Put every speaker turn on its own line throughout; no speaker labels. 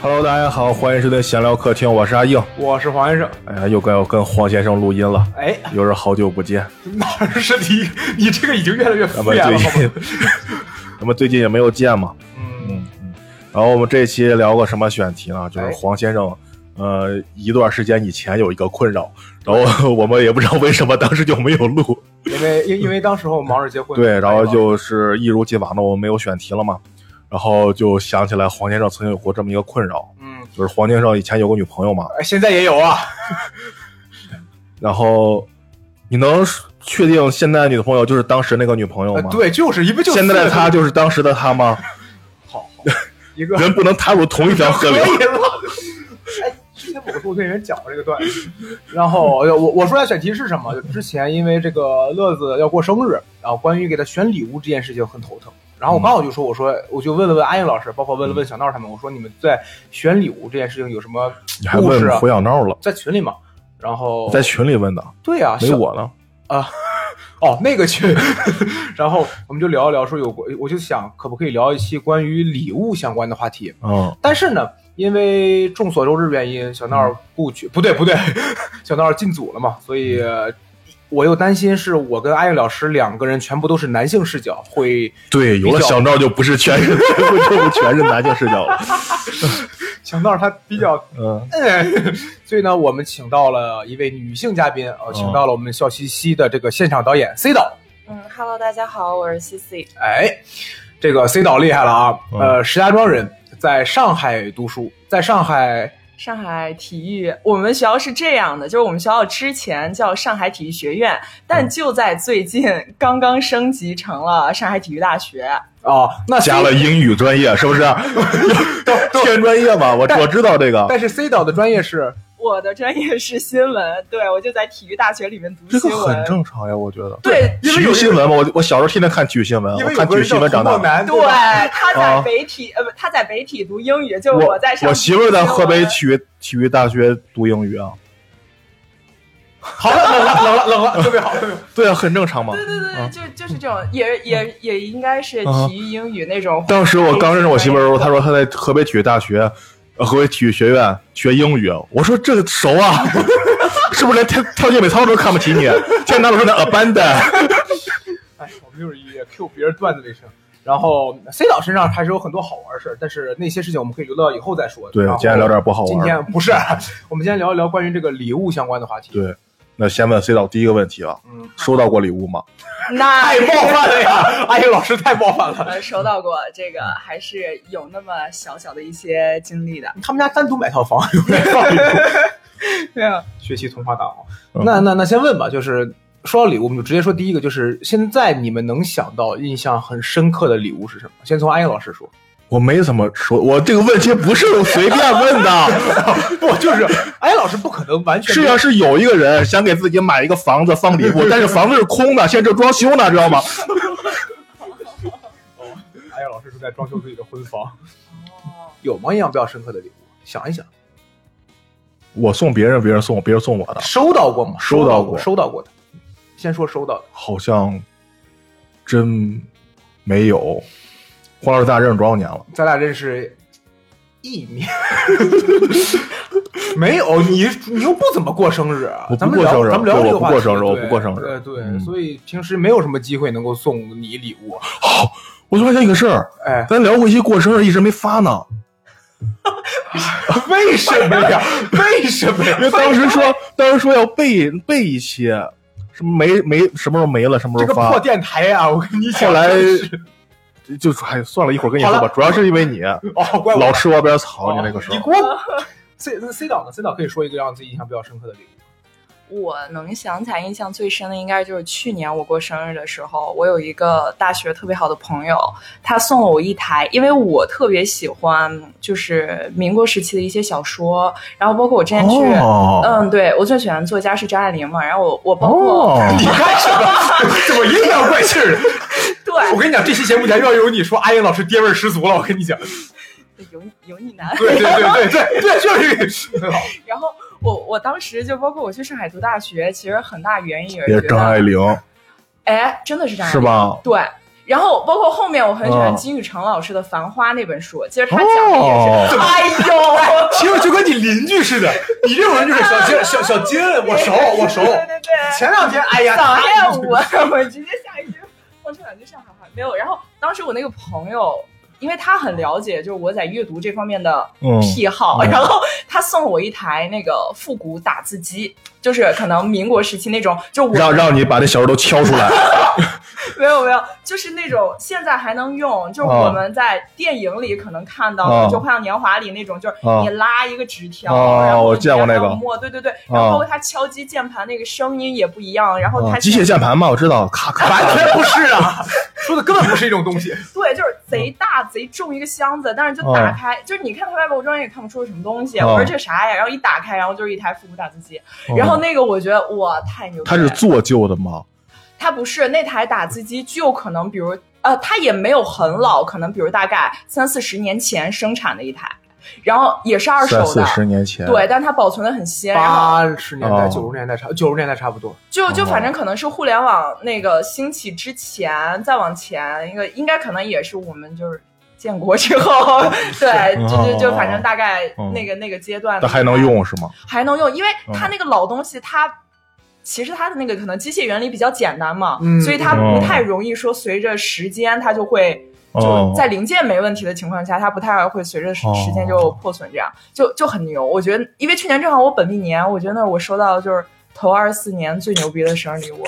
Hello，大家好，欢迎收听闲聊客厅，我是阿硬。
我是黄先生。
哎呀，又该要跟黄先生录音了，
哎，
又是好久不见。
哪儿是你？你这个已经越来越
咱
敷
们
衍
啊最
了，好
近
吗？，
咱们最近也没有见嘛。
嗯，
嗯嗯。然后我们这一期聊个什么选题呢？就是
哎
黄先生，呃，一段时间以前有一个困扰，然后我们也不知道为什么当时就没有 录。
因为因因为当时候忙着结婚，
对，然后就是一如既往的我们没有选题了嘛。然后就想起来黄先生曾经有过这么一个困扰，
嗯，
就是黄先生以前有个女朋友嘛。
哎，现在也有啊，
然后你能确定现在女朋友就是当时那个女朋友
呃
吗？
对，就是因为就
现在的他
就
就是当时的他 吗？
好好一个
人不能踏入同一条河
可
流。
以了。 哎，之前某个脱口秀演员讲过这个段子，然后哎我我说的选题是什么？就之前因为这个乐子要过生日，然后关于给他选礼物这件事情很头疼。然
嗯
后我刚好就说，我说我就问了问阿英老师，包括问了问小闹他们，我说你们在选礼物这件事情有什么
你还
故事
问
啊
胡？小闹了，
在群里嘛。然后
在群里问的，
对啊，
没
小
我呢。
啊。哦，那个群， 然后我们就聊一聊，说有关，我就想可不可以聊一期关于礼物相关的话题。
嗯，
但是呢，因为众所周知原因，小闹不去，不对不 对，小闹进组了嘛，所以
嗯
呃我又担心是我跟阿燕老师两个人全部都是男性视角，会
对，有了
比较
小闹就不是全是就不全是男性视角了。
小闹他比 较，
嗯，
所以呢，我们请到了一位女性嘉宾，呃，
哦
请到了我们笑嘻嘻的这个现场导演 C 导，
嗯，Hello，大家好，我是 CC。
哎，这个 C 导厉害了啊！
嗯
呃，石家庄人，在上海读书，在上海
上海体育，我们学校是这样的，就是我们学校之前叫上海体育学院，
嗯
但就在最近刚刚升级成了上海体育大学。
啊，那 C,
加了英语专业是不 是？天专业嘛，我我知道这个。
但是 C 导的专业是
我的专业是新闻，对我就在体育大学里面读
这
新
个
闻。
很正常呀，我觉得。
对
体育新闻嘛，我我小时候天天看体育新闻，
因
嗯我
为有
看体
个
育
人
新
叫
闻长
胡
大
梦
的。
楠，
对
吧？，
他在北体，呃，不，他在北体读英语，就是
啊我
在上
我媳妇儿在河北
新闻
体育体育大学读英语 啊。
好了，冷了，冷了，冷了，特别好，特别好。
对啊，很正常嘛。
对对对，
啊
对就就是这种，也也也应该是
啊
体育英语那种。
当时我刚认识我媳妇儿的时候，她说她在河北体育大学，呃河北体育学院学英语。我说这个熟啊， 是不是连跳跳健美操都看不起你？天哪，我说那 abandon，
哎，我们就是以 Q 别人段子为生。然后 C 导身上还是有很多好玩的事儿，但是那些事情我们可以留到以后再说。
对
然后
今天聊点不好玩
今天不是， 我们今天聊一聊关于这个礼物相关的话题。
对，那先问 C 导第一个问题啊，
嗯，
收到过礼物吗？
那
太冒犯了呀！阿英老师太冒犯了。
呃，收到过这个，
嗯
还是有那么小小的一些经历的。
他们家单独买套房，有点道理。
对啊，
学习童话大王。
嗯
那那那先问吧，就是说到礼物，我们就直接说第一个，就是现在你们能想到印象很深刻的礼物是什么？先从阿英老师说。
我没怎么说，我这个问题不是我随便问 的，
不，就是阿英老师不可能完全
是啊，是有一个人想给自己买一个房子放礼 物，但是房子是空的，现在正装修呢，知道吗？
阿英老师是在装修自己的婚房， 有吗？印象比较深刻的礼物，想一想，
我送别人，别人送我，别人送我的，
收到过吗？
收
到
到过
收到过的。先说收到的，
好像真没有。黄老师，咱俩认识多少年了？
咱俩认识一年，没有你，你又不怎么过生日啊
我，不
咱们
过
聊
生日
咱们聊
对
这
我
个
不
话
过
题
生日我
对
不过生日
呃对，
嗯
所以平时没有什么机会能够送你礼物，
我突然想起个事儿，
哎，
咱聊过一期过生日，一直没发呢。
为什么呀？为什么呀
因？为当时说，当时说要备备一期，什么没没什么时候没了，什么
这
时
个
候发，
破电台啊，我跟你讲，
后来
真是
就哎算了，一会儿跟你说
好
吧。主要是因为你
哦，怪我哦
老吃窝边草，你那个时
你
候
给我 C C 导呢？C 导可以说一个让自己印象比较深刻的礼物，
我能想起来印象最深的，应该就是去年我过生日的时候，我有一个大学特别好的朋友，他送了我一台，因为我特别喜欢就是民国时期的一些小说，然后包括我之前去，
哦
嗯，对我最喜欢的作家是张爱玲嘛，然后我我包括、
哦
你干什么？ 怎么阴阳怪气儿的？
对，
我跟你讲，这期节目前要有你说阿英老师爹味儿十足了，我跟你讲，
油油腻男。
对对对对对对，就是这个很好。
然后我我当时就包括我去上海读大学，其实很大原因也
也
是
是
觉
张爱
得，
玲
哎，真的是张爱
是
玲？
吧？
对。然后包括后面我很喜欢
嗯
金宇澄老师的《繁花》那本书，其实他讲的也
哦
是，，哎呦，
其实就跟你邻居似的，你这种人就是小金小小金，我熟我熟。
对对对。
前两天，哎呀，
早
他
恋我，我直接下一句，放出两句上海话没有。然后当时我那个朋友，因为他很了解，就是我在阅读这方面的
嗯
癖好，
嗯
然后他送我一台那个复古打字机，就是可能民国时期那种，就我
让让你把那小人都敲 出来，
没有没有，就是那种现在还能用，就是我们在电影里可能看到的，
哦
就《花样年华》里那种，就是
哦
你拉一个纸条，
哦
然后
我见过那个哦
你要摸，对对对，然后包括它敲击键盘那个声音也不一样，然后它
嗯机械键盘嘛，我知道，咔咔，
完全不是啊，说的根本不是一种东西。
对，就是贼大贼重一个箱子，但是就打开，就是你看它外包装也看不出是什么东西。
哦
我说这啥呀？然后一打开，然后就是一台复古打字机。然后
嗯
那个我觉得哇，太牛逼
它
了！
是做旧的吗？
它不是那台打字机，就可能比如呃，它也没有很老，可能比如大概三四十年前生产的一台，然后也是二手
三四
的。
十年前，
对，但它保存的很鲜，然后
八十年代、
哦
九十年代差，九十年代差不多。
就就
哦
反正可能是互联网那个兴起之前，再往前一个，应该可能也是我们就是建国之后， 对，就就就反正大概
哦
那个那个阶段，
但还能，用是吗？
还能用，因为
哦
嗯
它那个老东西它。其实它的那个可能机械原理比较简单嘛，
嗯
所以它不太容易说随着时间它就会，
嗯
哦
就在零件没问题的情况下，它不太会随着时
哦
时间就破损，
哦
这样就就很牛。我觉得，因为去年正好我本命年，我觉得我收到就是头二十四年最牛逼的生日礼物，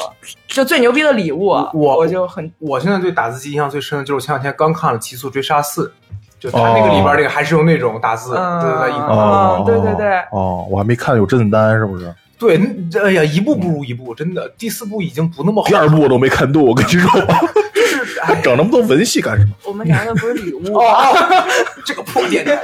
就最牛逼的礼物，我
我
就很
我现在对打字机印象最深的就是我前两天刚看了《极速追杀四》，就它那个里边这个还是用那种打字，
嗯
对对对，一
哦
步
哦，
对对对
哦，我还没看有甄子丹是不是？
对，嗯哎呀，一步不如一步，真的，第四步已经不那么好
第，二部我都没看动，我跟你说，
就是哎，
整那么多文戏干什么？
我们聊的不是 礼物，
哦，这个破电 台。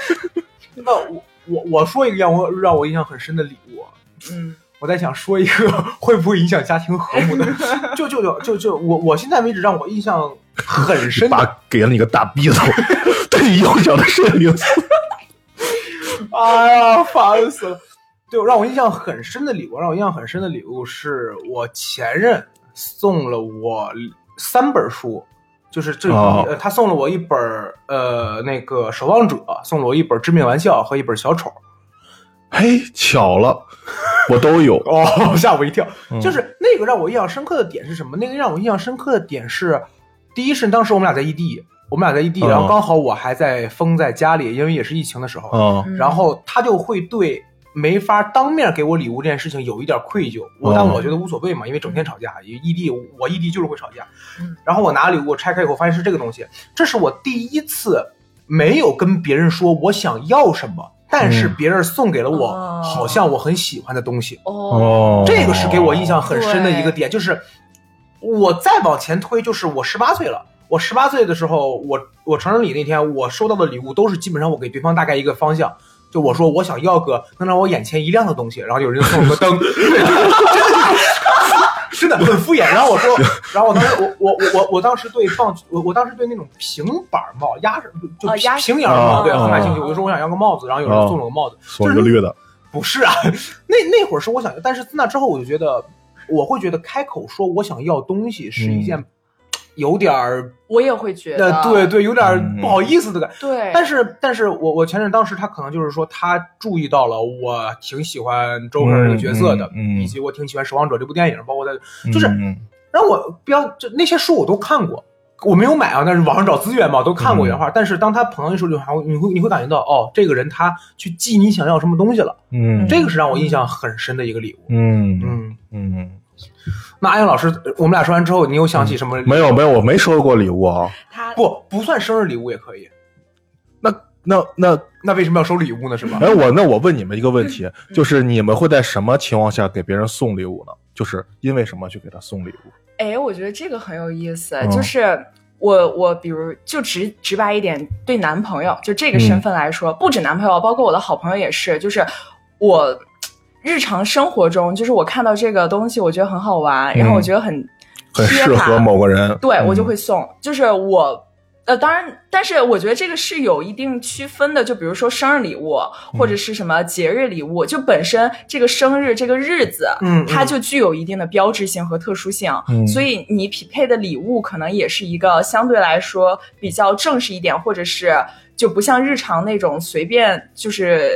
那我我我说一个让我让我印象很深的礼物啊，
嗯
我在想说一个会不会影响家庭和睦 的，就就就就就我我现在为止让我印象很深的
爸给了你个大逼头， 对你幼小的生命，
哎呀，烦死了！对，让我印象很深的礼物，让我印象很深的礼物是我前任送了我三本书，就是这、
哦
呃，他送了我一本呃那个《守望者》，送了我一本《致命玩笑》和一本《小丑
嘿，巧了，我都有》。
哦，吓我一跳！
嗯
就是那个让我印象深刻的点是什么？那个让我印象深刻的点是，第一是当时我们俩在异地，我们俩在异地，
哦
然后刚好我还在封在家里，因为也是疫情的时候，
嗯
嗯
然后他就会对没法当面给我礼物这件事情有一点愧疚。我
哦
但我觉得无所谓嘛，因为整天吵架，异地我异地就是会吵架
嗯。
然后我拿礼物我拆开以后，发现是这个东西，这是我第一次没有跟别人说我想要什么，但是
嗯
别人送给了我
哦
好像我很喜欢的东西。
哦，
哦，
这个是给我印象很深的一个点，就是我再往前推，就是我十八岁了。我十八岁的时候，我我成人礼那天，我收到的礼物都是基本上我给对方大概一个方向，就我说我想要个能让我眼前一亮的东西，然后有人就送我 个灯，真的很敷衍。然后 我说，然后我当时我我我我我当时对棒，我我当时对那种平板帽压着就
哦压
平檐帽
哦
对很感
哦
兴趣，我就说我想要个帽子，然后有人送了我个帽子，
左一个绿的，
不是啊， 那那会儿是我想要，但是自那之后我就觉得，我会觉得开口说我想要东西是一件。
嗯
有点儿，
我也会觉得
呃，，对对，有点儿
嗯
不好意思的感觉。
对，
但是，但是我我前任当时他可能就是说，他注意到了我挺喜欢周克
嗯
这个角色的，
嗯嗯
以及我挺喜欢《守望者》这部电影，包括在，就是
嗯
让我标就那些书我都看过，我没有买啊，但是网上找资源嘛，我都看过原
嗯
画。但是当他朋友一说这句话，你会你会感觉到，哦，这个人他去记你想要什么东西了，
嗯
这个是让我印象很深的一个礼物。
嗯嗯
嗯，
嗯，
那安阳老师，呃我们俩说完之后，你有想起什么礼物？
没有没有，我没收过礼物啊。
他
不不算生日礼物也可以。
那那那，
那为什么要收礼物呢？是吧？
哎，我那我问你们一个问
嗯
题，就是你们会在什么情况下给别人送礼物呢？就是因为什么去给他送礼物？
哎，我觉得这个很有意思，
嗯
就是我我比如就直直白一点，对男朋友就这个
嗯
身份来说，不止男朋友，包括我的好朋友也是，就是我日常生活中，就是我看到这个东西，我觉得很好玩，然后我觉得很
嗯很
贴
适
它
合某个人，
对
嗯
我就会送，就是我。呃，当然，但是我觉得这个是有一定区分的，就比如说生日礼物或
嗯
者是什么节日礼物，就本身这个生日这个日子，
嗯嗯
它就具有一定的标志性和特殊性，
嗯
所以你匹配的礼物可能也是一个相对来说比较正式一点，或者是就不像日常那种随便就是。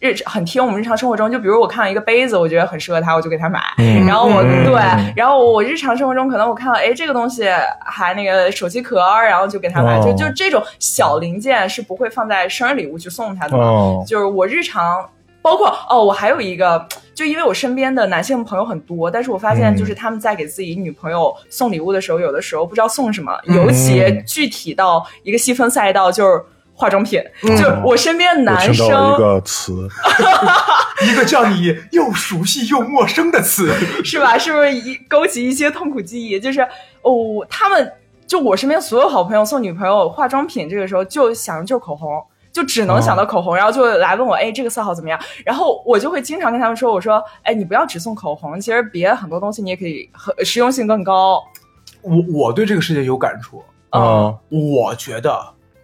日很贴我们日常生活中，就比如我看到一个杯子，我觉得很适合他，我就给他买。
嗯
然后我
嗯
对，然后我日常生活中可能我看到，哎，这个东西还那个手机壳儿，然后就给他买，
哦
就就这种小零件是不会放在生日礼物去送他的嘛。
哦，
就是我日常，包括哦，我还有一个，就因为我身边的男性朋友很多，但是我发现
嗯
就是他们在给自己女朋友送礼物的时候，有的时候不知道送什么，
嗯
尤其具体到一个细分赛道就是。化妆品，
嗯
就我身边的
我
男
听
生
到了一个词，
一个叫你又熟悉又陌生的词，
是吧？是不是一勾起一些痛苦记忆？就是哦，他们就我身边所有好朋友送女朋友化妆品，这个时候就想就是口红，就只能
哦
想到口红，然后就来问我，哎，这个色号怎么样？然后我就会经常跟他们说，我说，哎，你不要只送口红，其实别的很多东西你也可以很实用性更高。嗯
我我对这个世界有感触，哦
啊，
我觉得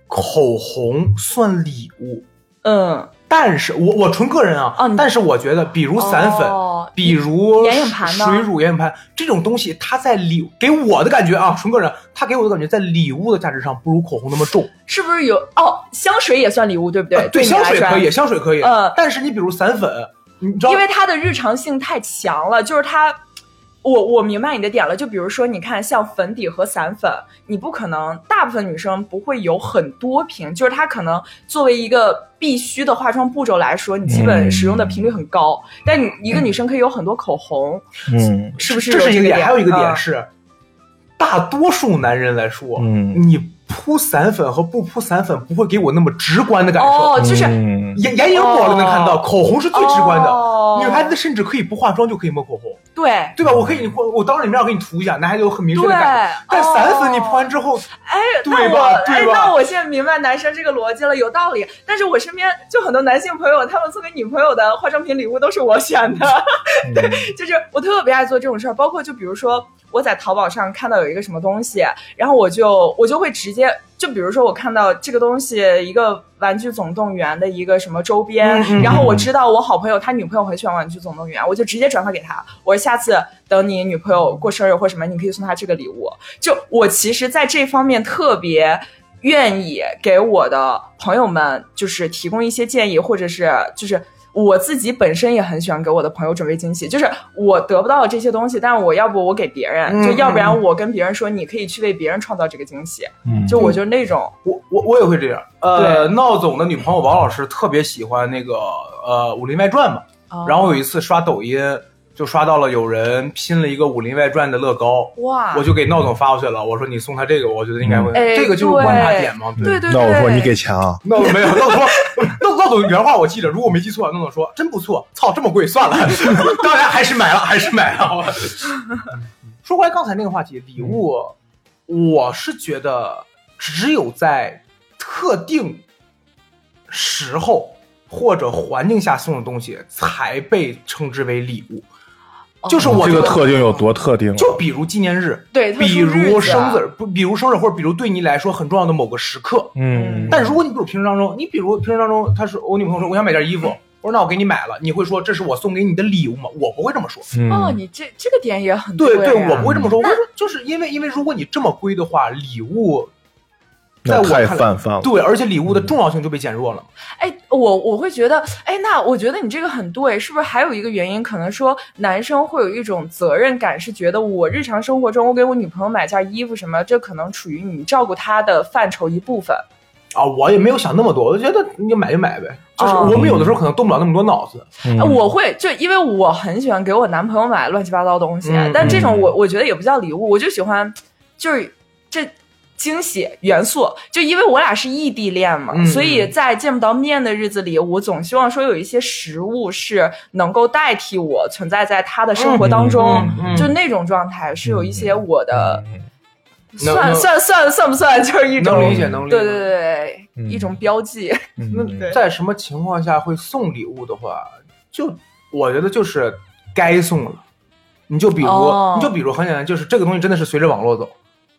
口红算礼物，
嗯，
但是我我纯个人啊，
哦你
但是我觉得，比如散粉，
哦
比如
眼影盘呢
水乳、眼影盘这种东西，它在礼给我的感觉啊，纯个人，它给我的感觉在礼物的价值上不如口红那么重。
是不是有哦？香水也算礼物，对不对？
呃对，
你来
香水
说啊
可以，香水可以，
呃
但是你比如散粉，你知道
因为它的日常性太强了，就是它。我我明白你的点了，就比如说，你看像粉底和散粉，你不可能大部分女生不会有很多瓶，就是它可能作为一个必须的化妆步骤来说，你基本使用的频率很高。
嗯
但你一个女生可以有很多口红，
嗯
是不是有
这是一
个
个
点？
还有一个点
嗯
是，大多数男人来说，
嗯
你铺散粉和不铺散粉不会给我那么直观的感受。
哦，就是、
嗯
眼眼影我都能看到，
哦
口红是最直观的。
哦
女孩子甚至可以不化妆就可以抹口红，
对
对吧？我可以，我我当着你面给你涂一下，男孩子有很明确的感觉
嗯对。
但散粉你
哦
铺完之后，
哎，
对
那
吧
我
对
哎，
吧
那我现在明白男生这个逻辑了，有道理。但是我身边就很多男性朋友，他们送给女朋友的化妆品礼物都是我选的，
嗯
就是我特别爱做这种事儿。包括就比如说我在淘宝上看到有一个什么东西，然后我就我就会直接。就比如说，我看到这个东西，一个《玩具总动员》的一个什么周边，
嗯嗯
然后我知道我好朋友他女朋友很喜欢《玩具总动员》，我就直接转发给他。我说下次等你女朋友过生日或什么，你可以送她这个礼物。就我其实在这方面特别愿意给我的朋友们，就是提供一些建议，或者是就是我自己本身也很喜欢给我的朋友准备惊喜。就是我得不到这些东西，但是我要不我给别人，
嗯
就要不然我跟别人说，你可以去为别人创造这个惊喜。
嗯，
就我就是那种，
我我我也会这样。呃，闹总的女朋友王老师特别喜欢那个呃《武林外传》嘛，
呃哦
然后有一次刷抖音，就刷到了有人拼了一个《武林外传》的乐高，
哇，
我就给闹总发过去了。我说你送他这个，我觉得应该会，
哎
这个就是
对
观察点嘛。对
对对对，
那我说你给钱啊，
闹总没有，闹总说，闹闹总原话我记着，如果我没记错，闹总说真不错，操，这么贵，算了， 当然还是买了，还是买了。说回来刚才那个话题，礼物，我是觉得只有在特定时候或者环境下送的东西才被称之为礼物，就是我
这
觉
个
得
特定有多特定啊？
就比如纪念日，
哦对，特殊
比
日
如
子啊
生日，啊不，比如生日或者比如对你来说很重要的某个时刻，
嗯，
但如果你比如平时当中，你比如平时当中，他说我女朋友说我想买件衣服，我说那我给你买了，你会说这是我送给你的礼物吗？我不会这么说。
嗯
哦，你这这个点也很
对
对啊
我不会这么说。我会说就是因为因为如果你这么归的话，礼物在
那
我
太
看来，
泛泛了，
对，而且礼物的重要性就被减弱了。
哎，我我会觉得，哎，那我觉得你这个很对，是不是还有一个原因？可能说男生会有一种责任感，是觉得我日常生活中我给我女朋友买件衣服什么，这可能处于你照顾她的范畴一部分。
啊，我也没有想那么多，我就觉得你就买就买呗。就是
啊
哦
我们有的时候可能动不了那么多脑子。
嗯
哎我会就因为我很喜欢给我男朋友买乱七八糟东西，
嗯
但这种我我觉得也不叫礼物，我就喜欢就是这惊喜元素。就因为我俩是异地恋嘛，
嗯
所以在见不到面的日子里，我总希望说有一些食物是能够代替我存在在他的生活当中。
嗯嗯嗯
就那种状态是有一些我的、
嗯
能
算
能
算算算不算就是一
能
种
理解，能理解。
对对对对、
嗯
一种标记，
嗯
那 在什么情况下会送礼物的话，就我觉得就是该送了。你就比如，
哦
你就比如很简单，就是这个东西真的是随着网络走。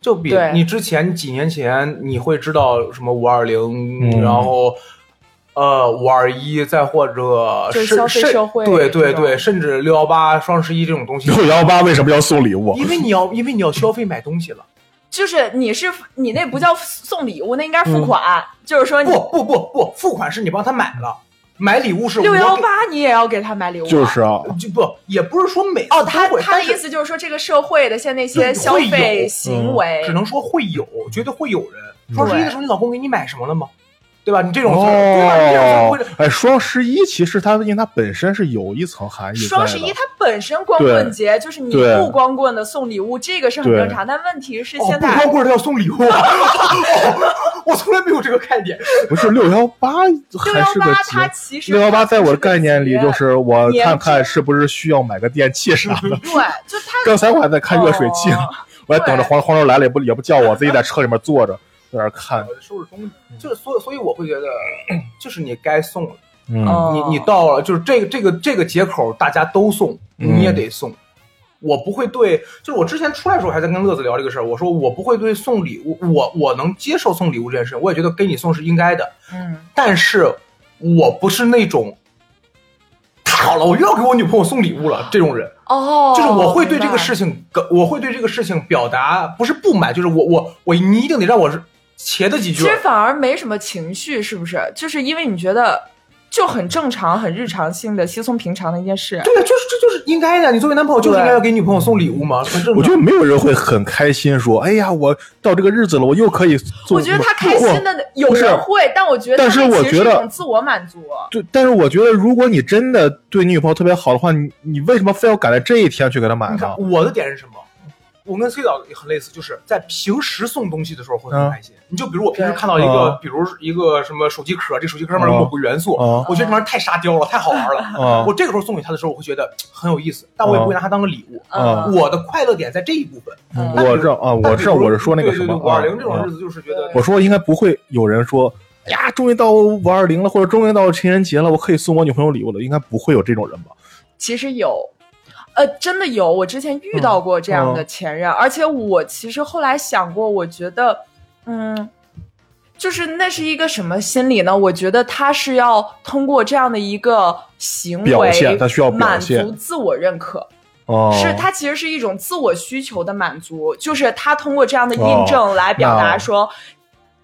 就比
对
你之前几年前你会知道什么五二零，
嗯
然后呃五二一，再或者
就是
甚
消费
甚
社会
对对
这种
对，甚至六幺八、双十一这种东 西，
六幺八为什么要送礼物？
因为你要因为你要消费买东西了。
就是你是你那不叫送礼物，那应该付款。就是说你
不不不不，付款是你帮他买了，买礼物是我
六幺
给
八你也要给他买礼物啊，
就是啊，
就不也不是说每次
哦，他
都会
他的
但是
意思就是说，这个社会的现在那些
对
消
会有
费
嗯
行为
只，能说会有，绝对会有人。双十一的时候，你老公给你买什么了吗？对吧？你
啊
这种事儿对吧？你这种事儿
哦
会，
哎，双十一其实它因为它本身是有一层含义在的。
双十一它本身光棍节就是你
对
不光棍的送礼物，这个是很正常。但问题是
哦，
现
不光
在
棍儿的要送礼物啊、哦我从来没有这个概念。
不是六幺八
六
还
幺
是个
八它
节？
其实
六幺八在我的概念里就是我
年
看看
终
是不是需要买个电器啥 的。
对，就它
刚才我还在看热水器呢，
哦
我还等着
对
黄黄豆来了也不也不叫我，自己在车里面坐着在那儿看。
收拾东西，嗯就是所以所以我会觉得，就是你该送了。
嗯，
哦
你你到了，就是这个这个这个节口，大家都送，
嗯
你也得送。我不会对，就是我之前出来的时候还在跟乐子聊这个事儿，我说我不会对送礼物，我我能接受送礼物这件事，我也觉得给你送是应该的，
嗯，
但是我不是那种。太好了，我又要给我女朋友送礼物了。这种人，
哦，
就是我会对这
明白
个事情，我会对这个事情表达不是不满，就是我我我你一定得让我是茄的几句
其。实反而没什么情绪，是不是？就是因为你觉得就很正常、很日常性的、稀松平常的一件事。
对啊，就是这就是应该的。你作为男朋友就是应该要给女朋友送礼物嘛，很正常。
我觉得没有人会很开心说，哎呀，我到这个日子了，我又可以做。
我觉得他开心
不。
的有人会，但我觉得
但是
他
我
其实
觉
一
得啊
种自我满足。
对，但是我觉得，如果你真的对你女朋友特别好的话，你你为什么非要赶在这一天去给她买
你
呢
看？我的点是什么？我跟 C 导也很类似，就是在平时送东西的时候会
啊
很开心。你就比如我平时看到一个，
嗯
比如一个什么手机壳，这手机壳上面有
嗯
某个元素，
嗯
我觉得这玩意儿太沙雕了，太好玩了。
啊
我，这个时候送给他的时候，我会觉得很有意思，但我也不会拿它当个礼物。
啊
嗯，
我的快乐点在这一部分。
嗯
我这啊，我这我是说那个什么
五二零这
啊
种日子，就是觉得
对
我说应该不会有人说，哎呀，终于到五二零了，或者终于到情人节了，我可以送我女朋友礼物了，应该不会有这种人吧？
其实有。呃，真的有，我之前遇到过这
嗯
样的前任，而且我其实后来想过，我觉得，嗯，就是那是一个什么心理呢？我觉得他是要通过这样的一个行为
表现他需要表
满
现
足自我认可，
哦，
是他其实是一种自我需求的满足，就是他通过这样的印证来表达
那
说，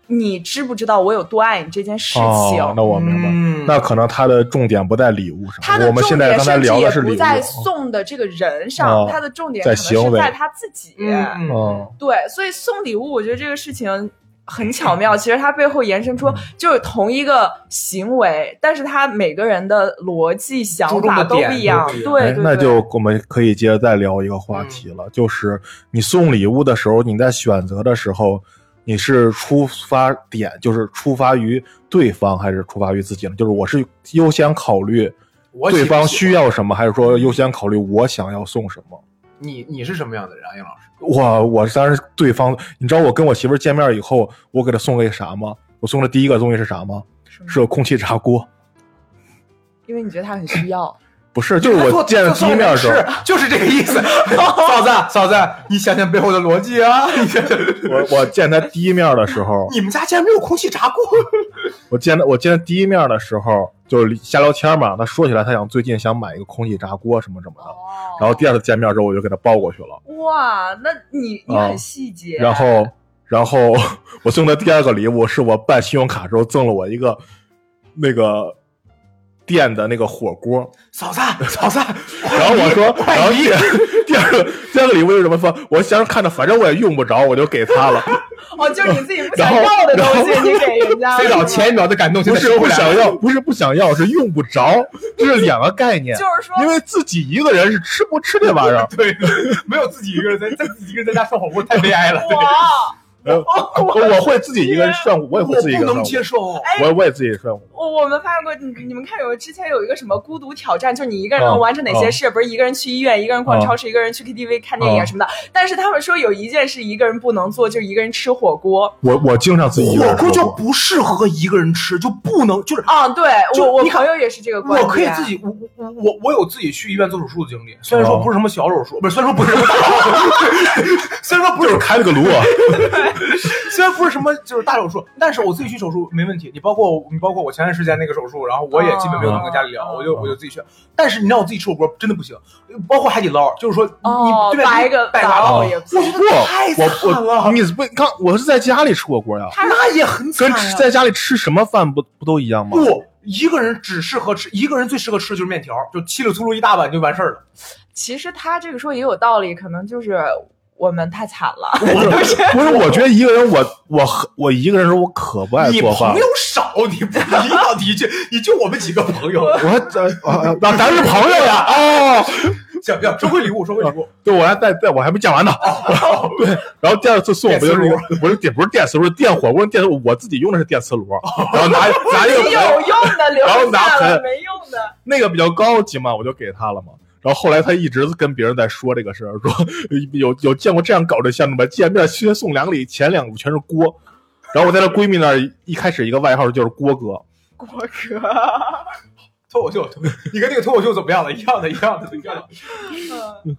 你知不知道我有多爱你这件事情。
哦，那我明白。
嗯
那可能他的重点不在礼物
他
上，
的
我们
重
现在
点
刚才
甚至
聊
也
的是礼
不
物。啊
在送的这个人上，
哦
他的重点可
在
能
行
是
为
在他自己。
嗯
嗯，
对，所以送礼物，我觉得这个事情很 巧妙。其实它背后延伸
嗯
出就是同一个行为，但是他每个人的逻辑想
注重
法
的
都
点
不一样
都。不一样
对
哎，
对
那
对，
就我们可以接着再聊一个
嗯
话题了，就是你送礼物的时候，你在选择的时候，你是出发点就是出发于对方还是出发于自己呢？就是我是优先考虑
我喜
对
不
方
喜欢
需要什么，还是说优先考虑我想要送什么？
你，你是什么样的人啊，杨老师？
我我当然是对方，你知道我跟我媳妇儿见面以后，我给她送了一啥吗？我送的第一个东西是啥吗？是个空气炸锅。
因为你觉得他很需要。
不是，就是
哎
我见了第一面的时候，
是就是这个 意思。嫂 子，嫂子，你想想背后的逻辑啊！你想想，
我我见她第一面的时候，
你们家竟然没有空气炸锅？
我见他，我见他第一面的时候，就是瞎聊天嘛。他说起来，他想最近想买一个空气炸锅什么什么的。
哦
然后第二次见面之后，我就给他抱过去了。
哇，那你你
啊
很细节。
然后，然后 我送他第二个礼物是我办信用卡时候赠了我一个那个店的那个火锅。
嫂子，嫂子，
然后我 说，然后第第 二个第二个礼物是什么？说我想着看着，反正我也用不着，我就给他了。
哦，就是你自己不
然
想
后
要的东
然
西，
后
你给人 家了。
非
是
早
吗
前一秒的感动，现
不
在
是
收
不
回来
想
了。。
要，不是不想要，是用不着，这是两个概念。
就是说
因为自己一个人是吃不吃这玩意儿
对，没有自己一个人在，在自己一个人在家涮火锅太悲哀了。对
哇，
呃我会自己一个人涮火，我也会自己一
不
个人
能接
涮
受，
火，我我也自己涮火。
我我们发现过，你你们看有之前有一个什么孤独挑战，就是你一个人能完成哪些事，不是一个人去医院，一个人逛超市，一个人去 KTV 看电影啊什么的。但是他们说有一件事一个人不能做，就是一个人吃火锅。
我我经常自己一个
火
人
锅
涮
就
火。
不适合一个人吃，就不能就是。
啊，对
就
我我
你看
朋友也是这个观
我
点，
可以自己，我我我我有自己去医院做手术的经历，虽然说
哦
不是什么小手术，不是，虽然说不是什么大手 术，虽然说不
就是是开了个炉啊，
虽然不是什么就是大手术，但是我自己去手术没问题。你包括我，你包括我前段时间那个手术，然后我也基本没有能跟家里聊，
哦
我就我就自己去。但是你让我自己吃火锅真的不行，包括海底捞，就是说你
哦
你对面
摆一个
摆
摆
个
哦
我
也
我
不行
太惨
我
了
我你不刚我是在家里吃火锅呀，
那也很惨
跟
啊。
吃在家里吃什么饭不不都一样吗？
不，一个人只适合吃，一个人最适合吃的就是面条，就嘁哩粗噜一大碗就完事儿了。
其实他这个说也有道理，可能就是我们太惨了。
不是不是，我觉得一个人我我很我一个人的时候我可不爱
你
做饭
朋友。少，你不一到你就你就我们几个朋友。
我还咱啊，那咱是朋友 呀！哦，
行行，收回礼物，收回礼物。
对，我还在在我还没讲完呢。
哦
对，然后第二次送我不就是一个不是电不是电磁炉，是电火锅电磁炉，我自己用的是电磁
哦
炉，然后 拿拿一个
有用的留
然后拿
下了，
盆
没用的。
那个比较高级嘛，我就给他了嘛。然后后来他一直跟别人在说这个事儿，说 有有见过这样搞这项目吗？见面先送两礼，前两个全是锅。然后我在她闺蜜那儿一开始一个外号就是锅哥，
果壳，
脱口秀，脱口秀你跟那个脱口秀怎么样了？一样的，一样的，一样的。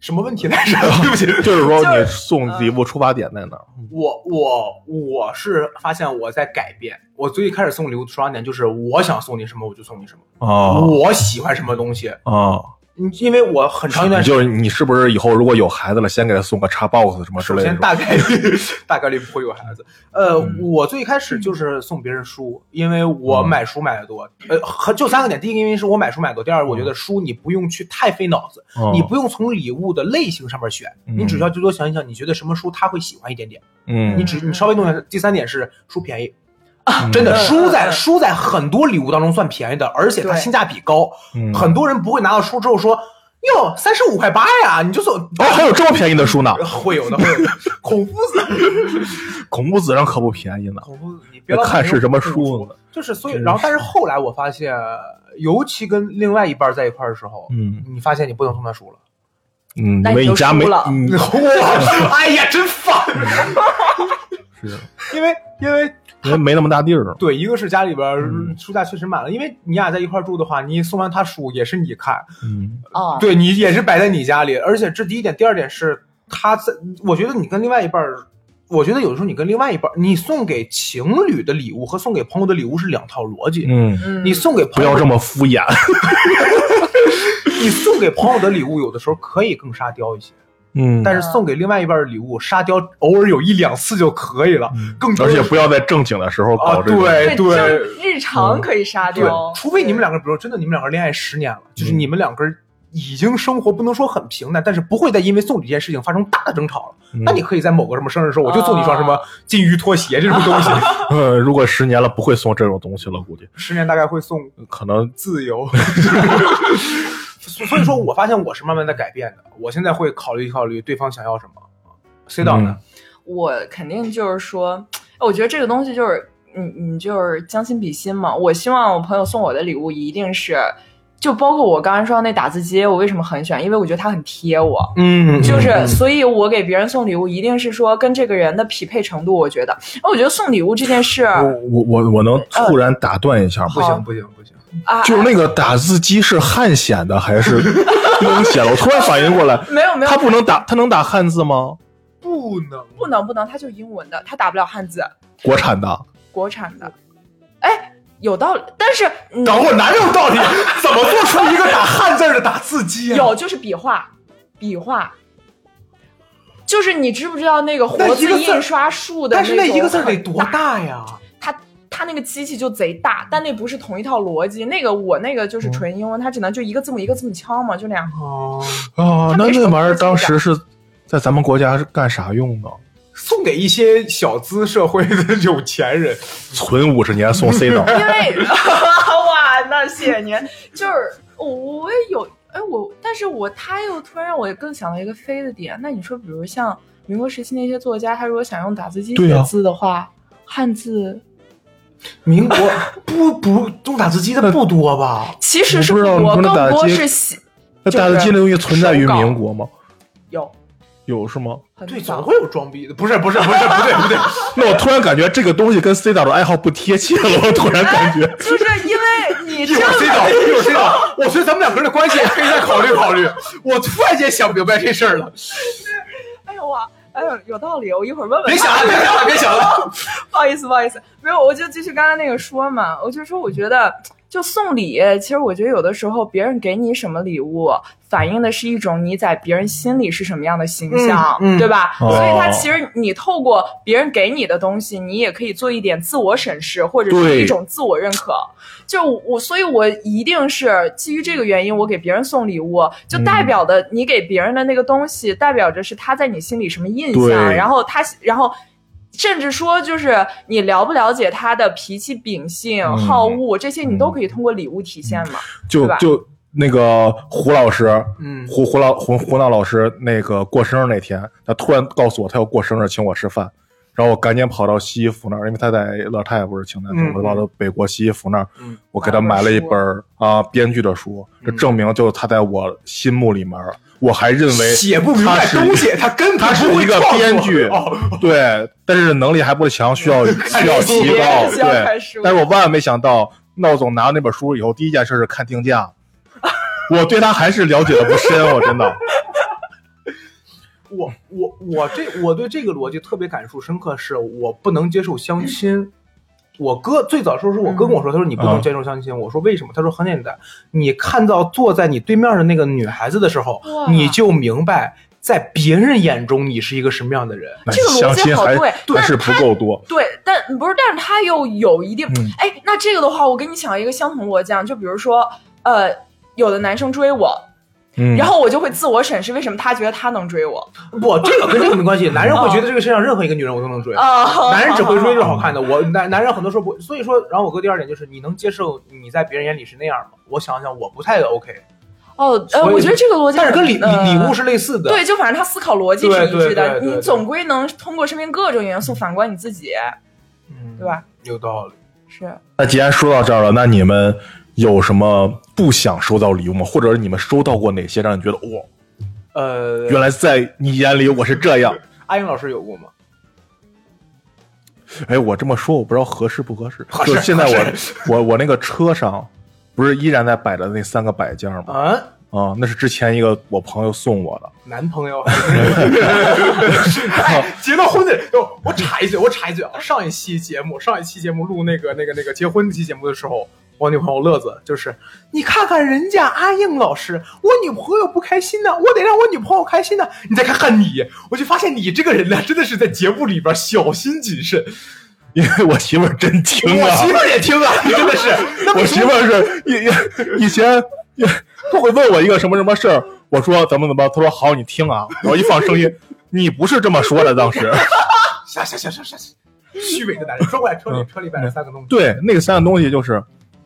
什么问题来着？ 对不起，
就是说
就是
你送礼物出发点在哪儿？
我我我是发现我在改变。我最开始送礼物的出发点就是我想送你什么我就送你什么，
哦
我喜欢什么东西。
哦，
嗯因为我很长一段时
就是你是不是以后如果有孩子了，先给他送个叉 box 什么之
首
类的
先
这种？
大概率大概率不会有孩子。呃，
嗯
我最开始就是送别人书，因为我
嗯
买书买的多。呃，很就三个点，第一个因为是我买书买得多，第二我觉得书你不用去太费脑子，
哦
你不用从礼物的类型上面选，你只需要最多想一想，你觉得什么书他会喜欢一点点。你
嗯
只你稍微弄一下。第三点是书便宜，
嗯
真的
嗯
书在
嗯
书在很多礼物当中算便宜的，而且它
对
性价比高。
嗯
很多人不会拿到书之后说。哟，三十五块八呀！你就送
哦，还有这么便宜的书呢？
会有的，会有的。孔夫子，
孔夫子上可不便宜呢。
孔夫子，你别
要
老
看是什么书
书，
呢？
就是所以，
真
然后但是后来我发现，尤其跟另外一半在一块儿的时候，
嗯
你发现你不能送他书了。
嗯，
那
因为
你
你
就
家
输
没
了
嗯
哇， 哎呀，真烦！
是
因为因为
因为没那么大地儿。
对，一个是家里边儿
嗯
书架确实满了，因为你俩在一块儿住的话，你送完他书也是你看，
嗯
哦，
对你也是摆在你家里，而且这第一点，第二点是他在，我觉得你跟另外一半儿，我觉得有的时候你跟另外一半儿，你送给情侣的礼物和送给朋友的礼物是两套逻辑。
嗯，
嗯
你送给
不
朋友
要这么敷衍。
你送给朋友的礼物，有的时候可以更沙雕一些，
嗯
但是送给另外一半的礼物，沙雕偶尔有一两次就可以了，更多
而
的
且
是
不要在正经的时候
啊
搞，这种。
对
就
对
是日常可以沙
嗯对
雕，，
除非你们两个，比如真的你们两个恋爱十年了，就是
嗯
你们两个人已经生活不能说很平淡，但是不会再因为送礼这件事情发生大的争吵了。
嗯
那你可以在某个什么生日的时候，我就送你一双什
啊
么金鱼拖鞋这种东 西，
呃，如果十年了不会送这种东西了，估计
十年大概会送
可能
自由。所 所以说我发现我是慢慢在改变的，我现在会考虑考虑对方想要什么。C 导呢？
我肯定就是说，我觉得这个东西就是你你就是将心比心嘛。我希望我朋友送我的礼物一定是，就包括我刚才说到那打字机，我为什么很喜欢，因为我觉得它很贴我。
嗯
就是，所以我给别人送礼物，一定是说跟这个人的匹配程度。我觉得，哦我觉得送礼物这件事
我
啊，
我我我能突然打断一下吗？
不行不行不行，
啊
就是那个打字机是汉显的还是英显的？我突然反应过来，
没有没有
他，不能打，他能打汉字吗？
不能
不能不能，他就英文的，他打不了汉字，
国产的，
国产的。哎，有道理，但是嗯
等会儿哪有道理？怎么做出一个打汉字儿的打 字机啊？
有就是笔画，笔画。就是你知不知道那个活
那一个
字
字儿
印刷术的
但是那
种
一个字儿得
很
多大呀？
它它那个机器就贼大，但那不是同一套逻辑。那个我那个就是纯英文，它只能就一个字母一个字母敲嘛，就那样。
哦，
啊，
他
那
没
那
说
玩意儿
自己打
当时是在咱们国家是干啥用的？
送给一些小资社会的有钱人，
存五十年送 C 档，
因为哇，那谢谢您，就是我我也有哎我，但是我他又突然让我更想到一个飞的点。那你说，比如像民国时期那些作家，他如果想用打字机
对啊
写字的话，汉字
民国不不用打字机的不多吧？
其实是
我不知道
多，
你说那打字
更多
机
是写
那打字机那东西存在于
就是手稿
民国吗？
有
有是吗？
很
对，
早
总会有装逼的，不是不是不是不对 不对，
那我突然感觉这个东西跟 C 导的爱好不贴切了，我突然感觉。
就是因为你
一
这
会儿 C 导一会儿 C 导，我觉得咱们两个人的关系也可以再考虑考虑。我突然间想明白这事儿了，
哎呦哇，哎呦有道理，我一会儿问问
别
他。
想了别想了别想了，
不好意思，不好意思，没有，我就继续刚刚那个说嘛，我就说我觉得。就送礼，其实我觉得有的时候别人给你什么礼物，反映的是一种你在别人心里是什么样的形象，
嗯嗯
对吧？
哦
所以他其实你透过别人给你的东西，你也可以做一点自我审视，或者是
对
一种自我认可。就我，所以我一定是基于这个原因，我给别人送礼物，就代表的你给别人的那个东西，代表着是他在你心里什么印
对
象，然后他，然后。甚至说，就是你了不了解他的脾气、秉性、
嗯
好恶这些，你都可以通过礼物体现嘛。
就
对吧
就那个胡老师，
嗯
胡胡老胡胡闹老师那个过生日那天，他突然告诉我他要过生日，请我吃饭，然后我赶紧跑到西西弗那儿，因为他在乐泰不是请的，
嗯
我跑到北国西西弗那儿，
嗯
我给他买了一本儿啊编剧的书，这证明就是他在我心目里面，我还认为
写不明白东西，他根本
他是
不会
一个
创作
编剧
哦
对，但是能力还不强，需要需要提
别
高。
人需要看
对
书，
但是我万万没想到，闹总拿到那本书以后，第一件事是看定 价。我对他还是了解的不深，我真 的。
我我我这我对这个逻辑特别感触深刻，是我不能接受相亲。我哥最早时候是我哥跟我说，他说你不能接受相亲，我说为什么？他说很简单，你看到坐在你对面的那个女孩子的时候
哇，
你就明白在别人眼中你是一个什么样的人。
哎
这个逻辑
相亲
好
还
对
还是不够
嗯
多。
对，但不是，但是他又有一定
嗯，
哎、那这个的话，我跟你讲一个相同逻辑啊，就比如说，呃，有的男生追我，
嗯，
然后我就会自我审视，为什么他觉得他能追我
不，这个跟这个没关系，男人会觉得这个世界上任何一个女人我都能追。
啊？
男人 只会追着好看的，我男男人很多时候不，所以说，然后我哥第二点就是，你能接受你在别人眼里是那样吗？我想想，我不太 OK，
哦，呃，
所以
我觉得这个逻辑，
但是跟礼礼
呃
礼物是类似的，
对，就反正他思考逻辑是一致
对对对
的，
对对
你总归能通过身边各种元素反观你自己，
嗯，
对吧？
有道理。
是。
那既然说到这儿了，那你们有什么不想收到礼物吗？或者你们收到过哪些让你觉得哇，
呃，
原来在你眼里我是这样？
阿英老师有过吗？
哎，我这么说我不知道合适不合适。
合适
就是现在
合
我我我那个车上，不是依然在摆着那三个摆件吗？
啊，
啊、那是之前一个我朋友送我的。
男朋友，哎结了婚的人，哦我插一句，我插一句啊，上一期节目，上一期节目录那个那个那个结婚期节目的时候。我女朋友乐子就是，你看看人家阿应老师，我女朋友不开心呢、我得让我女朋友开心呢、你再看看你，我就发现你这个人呢，真的是在节目里边小心谨慎。
因为我媳妇儿真听
我
啊
媳，妇儿也听啊，真的是。那
我媳妇儿是以以以前也她会问我一个什么什么事儿，我说怎么怎么办，她说好，你听啊，然后一放声音，你不是这么说的，当时
行行行行行行，虚伪的男人。说过来，车里车里摆了三个东西，
对那个三样东西就是，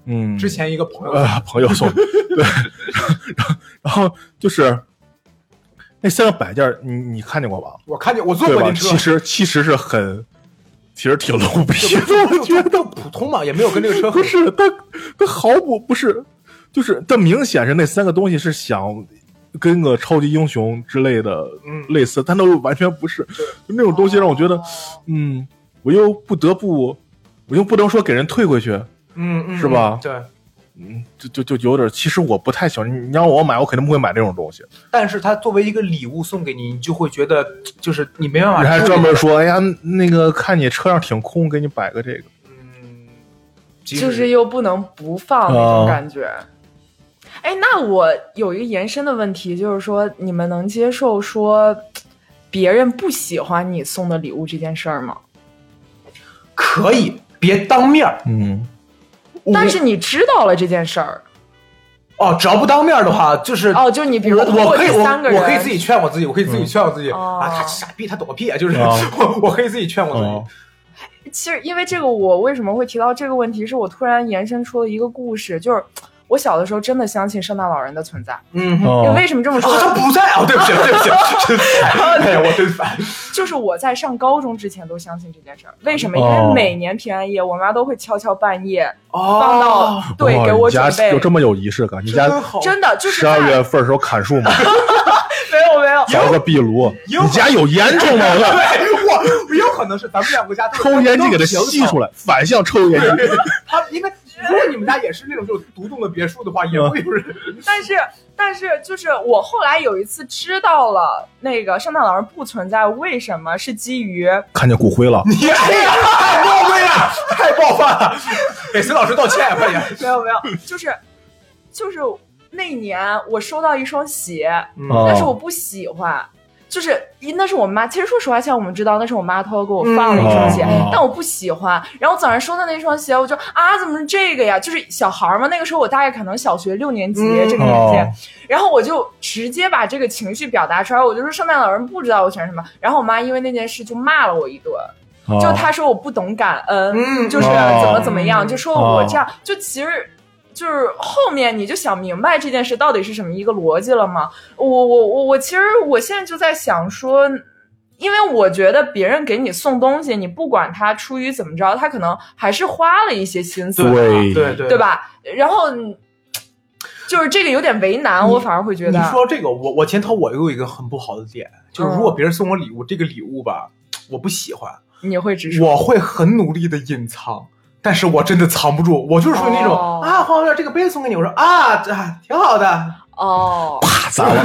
嗯，
之前一个朋友
呃朋友送，对，然后然后就是那三个摆件儿，你你看见过吧？
我看见我坐
对
过
吧？
您车，
其实其实是很，其实挺 low 逼的。
我觉得普通嘛，也没有跟这个 车
不
很。
是他，他毫不不是，就是他明显是那三个东西是想跟个超级英雄之类的
嗯
类似，但都完全不是，就那种东西让我觉得，嗯，我又不得不，我又不能说给人退回去，
嗯嗯，
是吧
对，
嗯，就就就有点，其实我不太喜欢，你你让我买，我肯定不会买这种东西。
但是它作为一个礼物送给你，你就会觉得就是你没办法。
人还专门说，哎呀，那个看你车上挺空，给你摆个这个。
嗯，即使
就是又不能不放那
哦
种感觉。哎，那我有一个延伸的问题，就是说，你们能接受说别人不喜欢你送的礼物这件事儿吗？
可以，别当面儿。
嗯，
但是你知道了这件事儿，
我哦，只要不当面儿的话，就是
哦，就你比如
我
通
我
过
可以
这
我
三个人，
我可以自己劝我自己，我可以自己
嗯
劝我自己、
哦
啊，他傻逼，他懂个屁啊！就是、
啊
我我可以自己劝我自己。
哦
其实因为这个，我为什么会提到这个问题，是我突然延伸出了一个故事，就是。我小的时候真的相信圣诞老人的存在。
嗯哼，
哦
为什么这么
啊
说？
他不在啊！对不起，对不起，真烦，哎呀，我真烦。
就是我在上高中之前都相信这件事儿。为什么？因
哦
为每年平安夜，我妈都会悄悄半夜
哦，
放到、对
哇
给我
哦你家
准备
有。这么有仪式感？你家
真好，
真的就是
十二
在
月份的时候砍树吗？
没有没有，
凿个壁炉？
有
你家有烟囱 吗？我看
哎我我有可能是咱们两个家 都
抽烟机给它吸出
来。
来，反向抽烟机。
他因为如果你们家也是那种就是独栋的别墅的话，也会有人，
但是但是就是我后来有一次知道了那个圣诞老人不存在，为什么？是基于
看见骨灰了
你哎呀，太暴 力了，太冒犯了，给孙老师道歉，快点。
没有没有，就是就是那年我收到一双鞋，
嗯
哦
但是我不喜欢。就是一那是我妈，其实说实话，现在我们知道那是我妈偷偷给我放了一双鞋，
嗯哦哦
但我不喜欢。然后早上收到那双鞋，我就啊，怎么是这个呀？就是小孩儿嘛，那个时候我大概可能小学六年级、
嗯
这个年纪，
哦
然后我就直接把这个情绪表达出来，我就说圣诞老人不知道我选什么。然后我妈因为那件事就骂了我一顿，
哦
啊
就她说我不懂感恩，
嗯
就是
哦
怎么怎么样，就说我
哦
这样，就其实。就是后面你就想明白这件事到底是什么一个逻辑了吗？我我我我其实我现在就在想说，因为我觉得别人给你送东西，你不管他出于怎么着，他可能还是花了一些心思，
对
对对
对？吧？然后嗯就是这个有点为难，
你
我反而会觉
你
得，
说这个，我我前头我有一个很不好的点，就是如果别人送我礼物，这个礼物吧，我不喜欢，
你会直说，
我会很努力的隐藏，但是我真的藏不住，我就是属于那种、
哦
啊，黄老师这个杯子送给你，我说啊，这啊挺好 的，
哦，
啪砸了。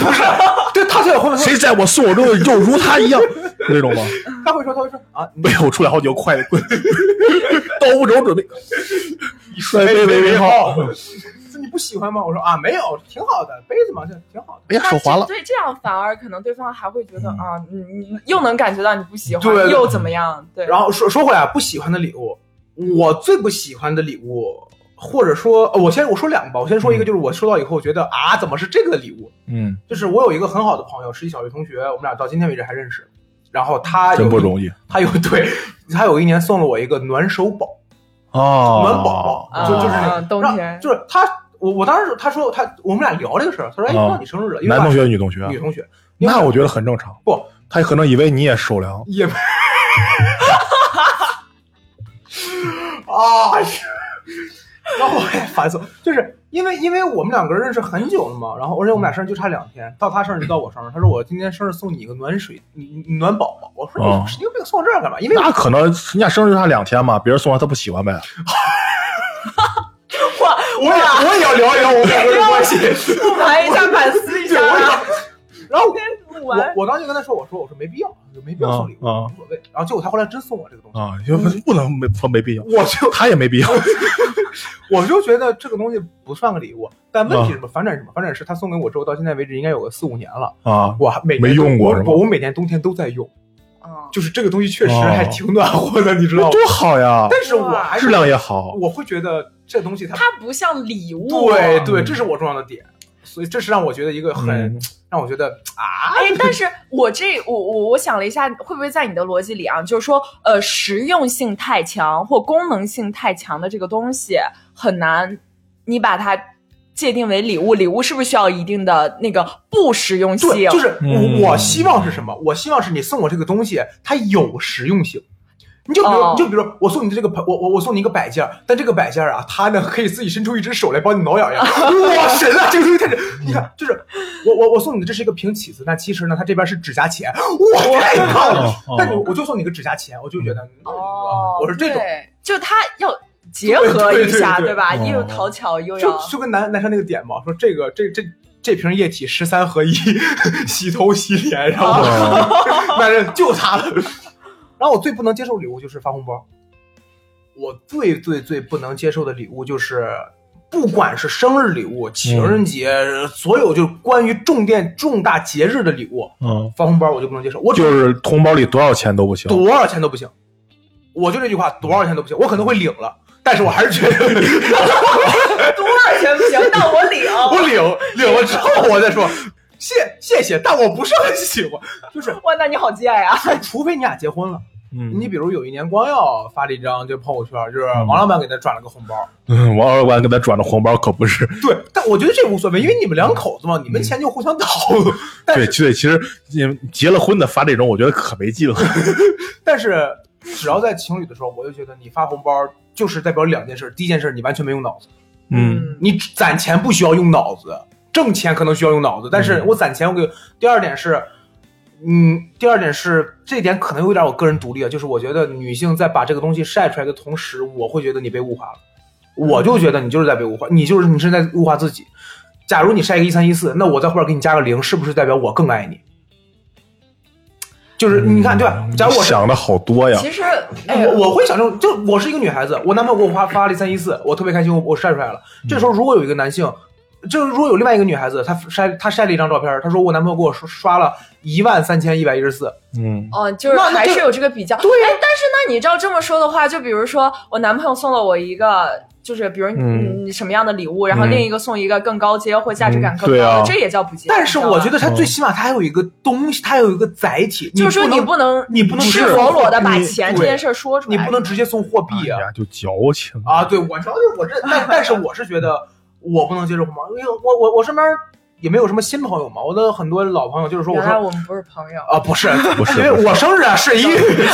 对他就会说，
谁在我送我中又如他一样， 是这种吗？
他会说，他会说啊，
没有，出来好几个筷 子棍，刀不肘准备，哎摔杯为名号。，
这你不喜欢吗？我说啊，没有，挺好的，杯子嘛，这挺好
哎
的。
呀，手滑了。
对，这样反而可能对方还会觉得
嗯
啊，你你又能感觉到你不喜欢
对，对
又怎么样？对，
然后说说回来，不喜欢的礼物，我最不喜欢的礼物，或者说，呃我先我说两个吧，我先说一个，就是我收到以后，我觉得啊，怎么是这个礼物？
嗯，
就是我有一个很好的朋友，是一小学同学，我们俩到今天为止还认识。然后他
真不容
易，
易
他有对，他有一年送了我一个暖手宝。
哦
暖宝宝，
啊
就就是那
啊
个
冬
让
天
就是他，我我当时他说他我们俩聊这个事儿，他说哎，
啊
不知道你生日了，因为
男同
我
学、女同学啊
女，同学，啊
那我觉得很正常。
不
他可能以为你也受凉，
也啊，是然后我也烦死了，就是因为因为我们两个人认识很久了嘛，然后而且我们俩生日就差两天，到他生日就到我生日，他说我今天生日送你一个暖水暖宝宝，我说
啊
你神经病送这干嘛？因为
那可能人家生日就差两天嘛，别人送完他不喜欢呗。
哇，
我也我也要聊一聊我们两个人的关系，
哎 复盘一下，反思一下
对，，我也要， 然后。
录
我
完
我当时就跟他说，我说我说没必要，就没必要送礼物，
啊啊
无所谓。然后结果他后来真送我这个东西，
啊，因为不能没说没必要，
我就
他也没 必要。
我就觉得这个东西不算个礼物。但问题是什么？反转是什么？反转是他送给我之后，到现在为止应该有个四五年了，
啊，
我还每年
没
都
用过
我
是哦吧
我我每年冬天都在用，
嗯，
就是这个东西确实还挺暖和的，你知道吗？
多好呀，
但是我还是
质量也好。
我会觉得这东西它
它不像礼物。
对对，这是我重要的点，所以这是让我觉得一个很
嗯
让我觉得啊，
哎，但是我这我我我想了一下，会不会在你的逻辑里啊，就是说，呃，实用性太强或功能性太强的这个东西很难，你把它界定为礼物，礼物是不是需要一定的那个不实用性？
对，就是
嗯
我我希望是什么？我希望是你送我这个东西，它有实用性。你就比如，
哦
你就比如，我送你的这个盆，我我我送你一个摆件儿，但这个摆件儿啊，它呢可以自己伸出一只手来帮你挠痒 痒。哇，神啊，这个东西太神！你看，就是我我我送你的这是一个平起子，那其实呢，它这边是指甲钳，哇，太棒了！
哦
但你我就送你个指甲钳，我就觉得，嗯
哦，
我是这种，
对，就它要结合一
对对
下，
对对
吧？
哦
又有讨巧，又
就
要
就跟男男生那个点嘛，说这个这这这瓶液体十三合一， 洗头洗脸，然后
啊
反正就他了。然后我最不能接受礼物就是发红包，我最最最不能接受的礼物就是，不管是生日礼物、情
嗯
人节，所有就是关于重点重大节日的礼物，
嗯，
发红包我就不能接受，我只
就是红包里多少钱都不行。
多少钱都不行。我就这句话，多少钱都不行，我可能会领了，但是我还是觉得
多少钱不行，但我领。
我领领了之后我再说谢谢谢，但我不是很喜欢，就是 哎
哇，那你好贱呀！啊
除非你俩结婚了。
嗯，
你比如有一年，光耀发了一张就朋友圈，就是王老板给他转了个红包。
嗯，王老板给他转的红包可不是，
对，但我觉得这无所谓，因为你们两口子嘛，你们钱就互相倒。
嗯
但
对
是
对，其实你结了婚的发这种，我觉得可没劲了。
但是只要在情侣的时候，我就觉得你发红包就是代表两件事：第一件事，你完全没用脑子，
嗯，
你攒钱不需要用脑子，挣钱可能需要用脑子，但是
嗯
我攒钱，我给。第二点是。嗯，第二点是这点可能有点我个人独立啊，就是我觉得女性在把这个东西晒出来的同时，我会觉得你被物化了，
嗯
我就觉得你就是在被物化，你就是你是在物化自己。假如你晒一个一三一四，那我在后边给你加个零，是不是代表我更爱你？就是你看对吧？假如我是
嗯想的好多呀，
其实，哎呀，
啊我我会想这种，就我是一个女孩子，我男朋友给我发发了三一四，我特别开心，我我晒出来了。这时
嗯
候如果有一个男性，就是如果有另外一个女孩子，她晒她晒了一张照片，她说我男朋友给我刷刷了一万三千一百一十四，
嗯，
哦，就是
那那
还
这
是有这个比较。
对啊呀
哎，但是那你知道这么说的话，就比如说我男朋友送了我一个，就是比如你、
嗯
你什么样的礼物，然后
嗯
另一个送一个更高阶或价值感更高
嗯对
的，
啊
这也叫不接。
但是我觉得
得，
她
嗯
最起码她还有一个东西，她还有一个载体，
就是说
你
你不能
你不能
赤
直接
裸裸的把
你
钱这
对
件事儿说出
你
来，
不能直接送货币啊
哎呀，就矫情。
啊！对我知道，我这但但是我是觉得我不能接受红包，因为我我我身边也没有什么新朋友嘛，我的很多老朋友就是说我
原
说
来我们不是朋友。
啊，不是，
不是
因为我生日啊，是一，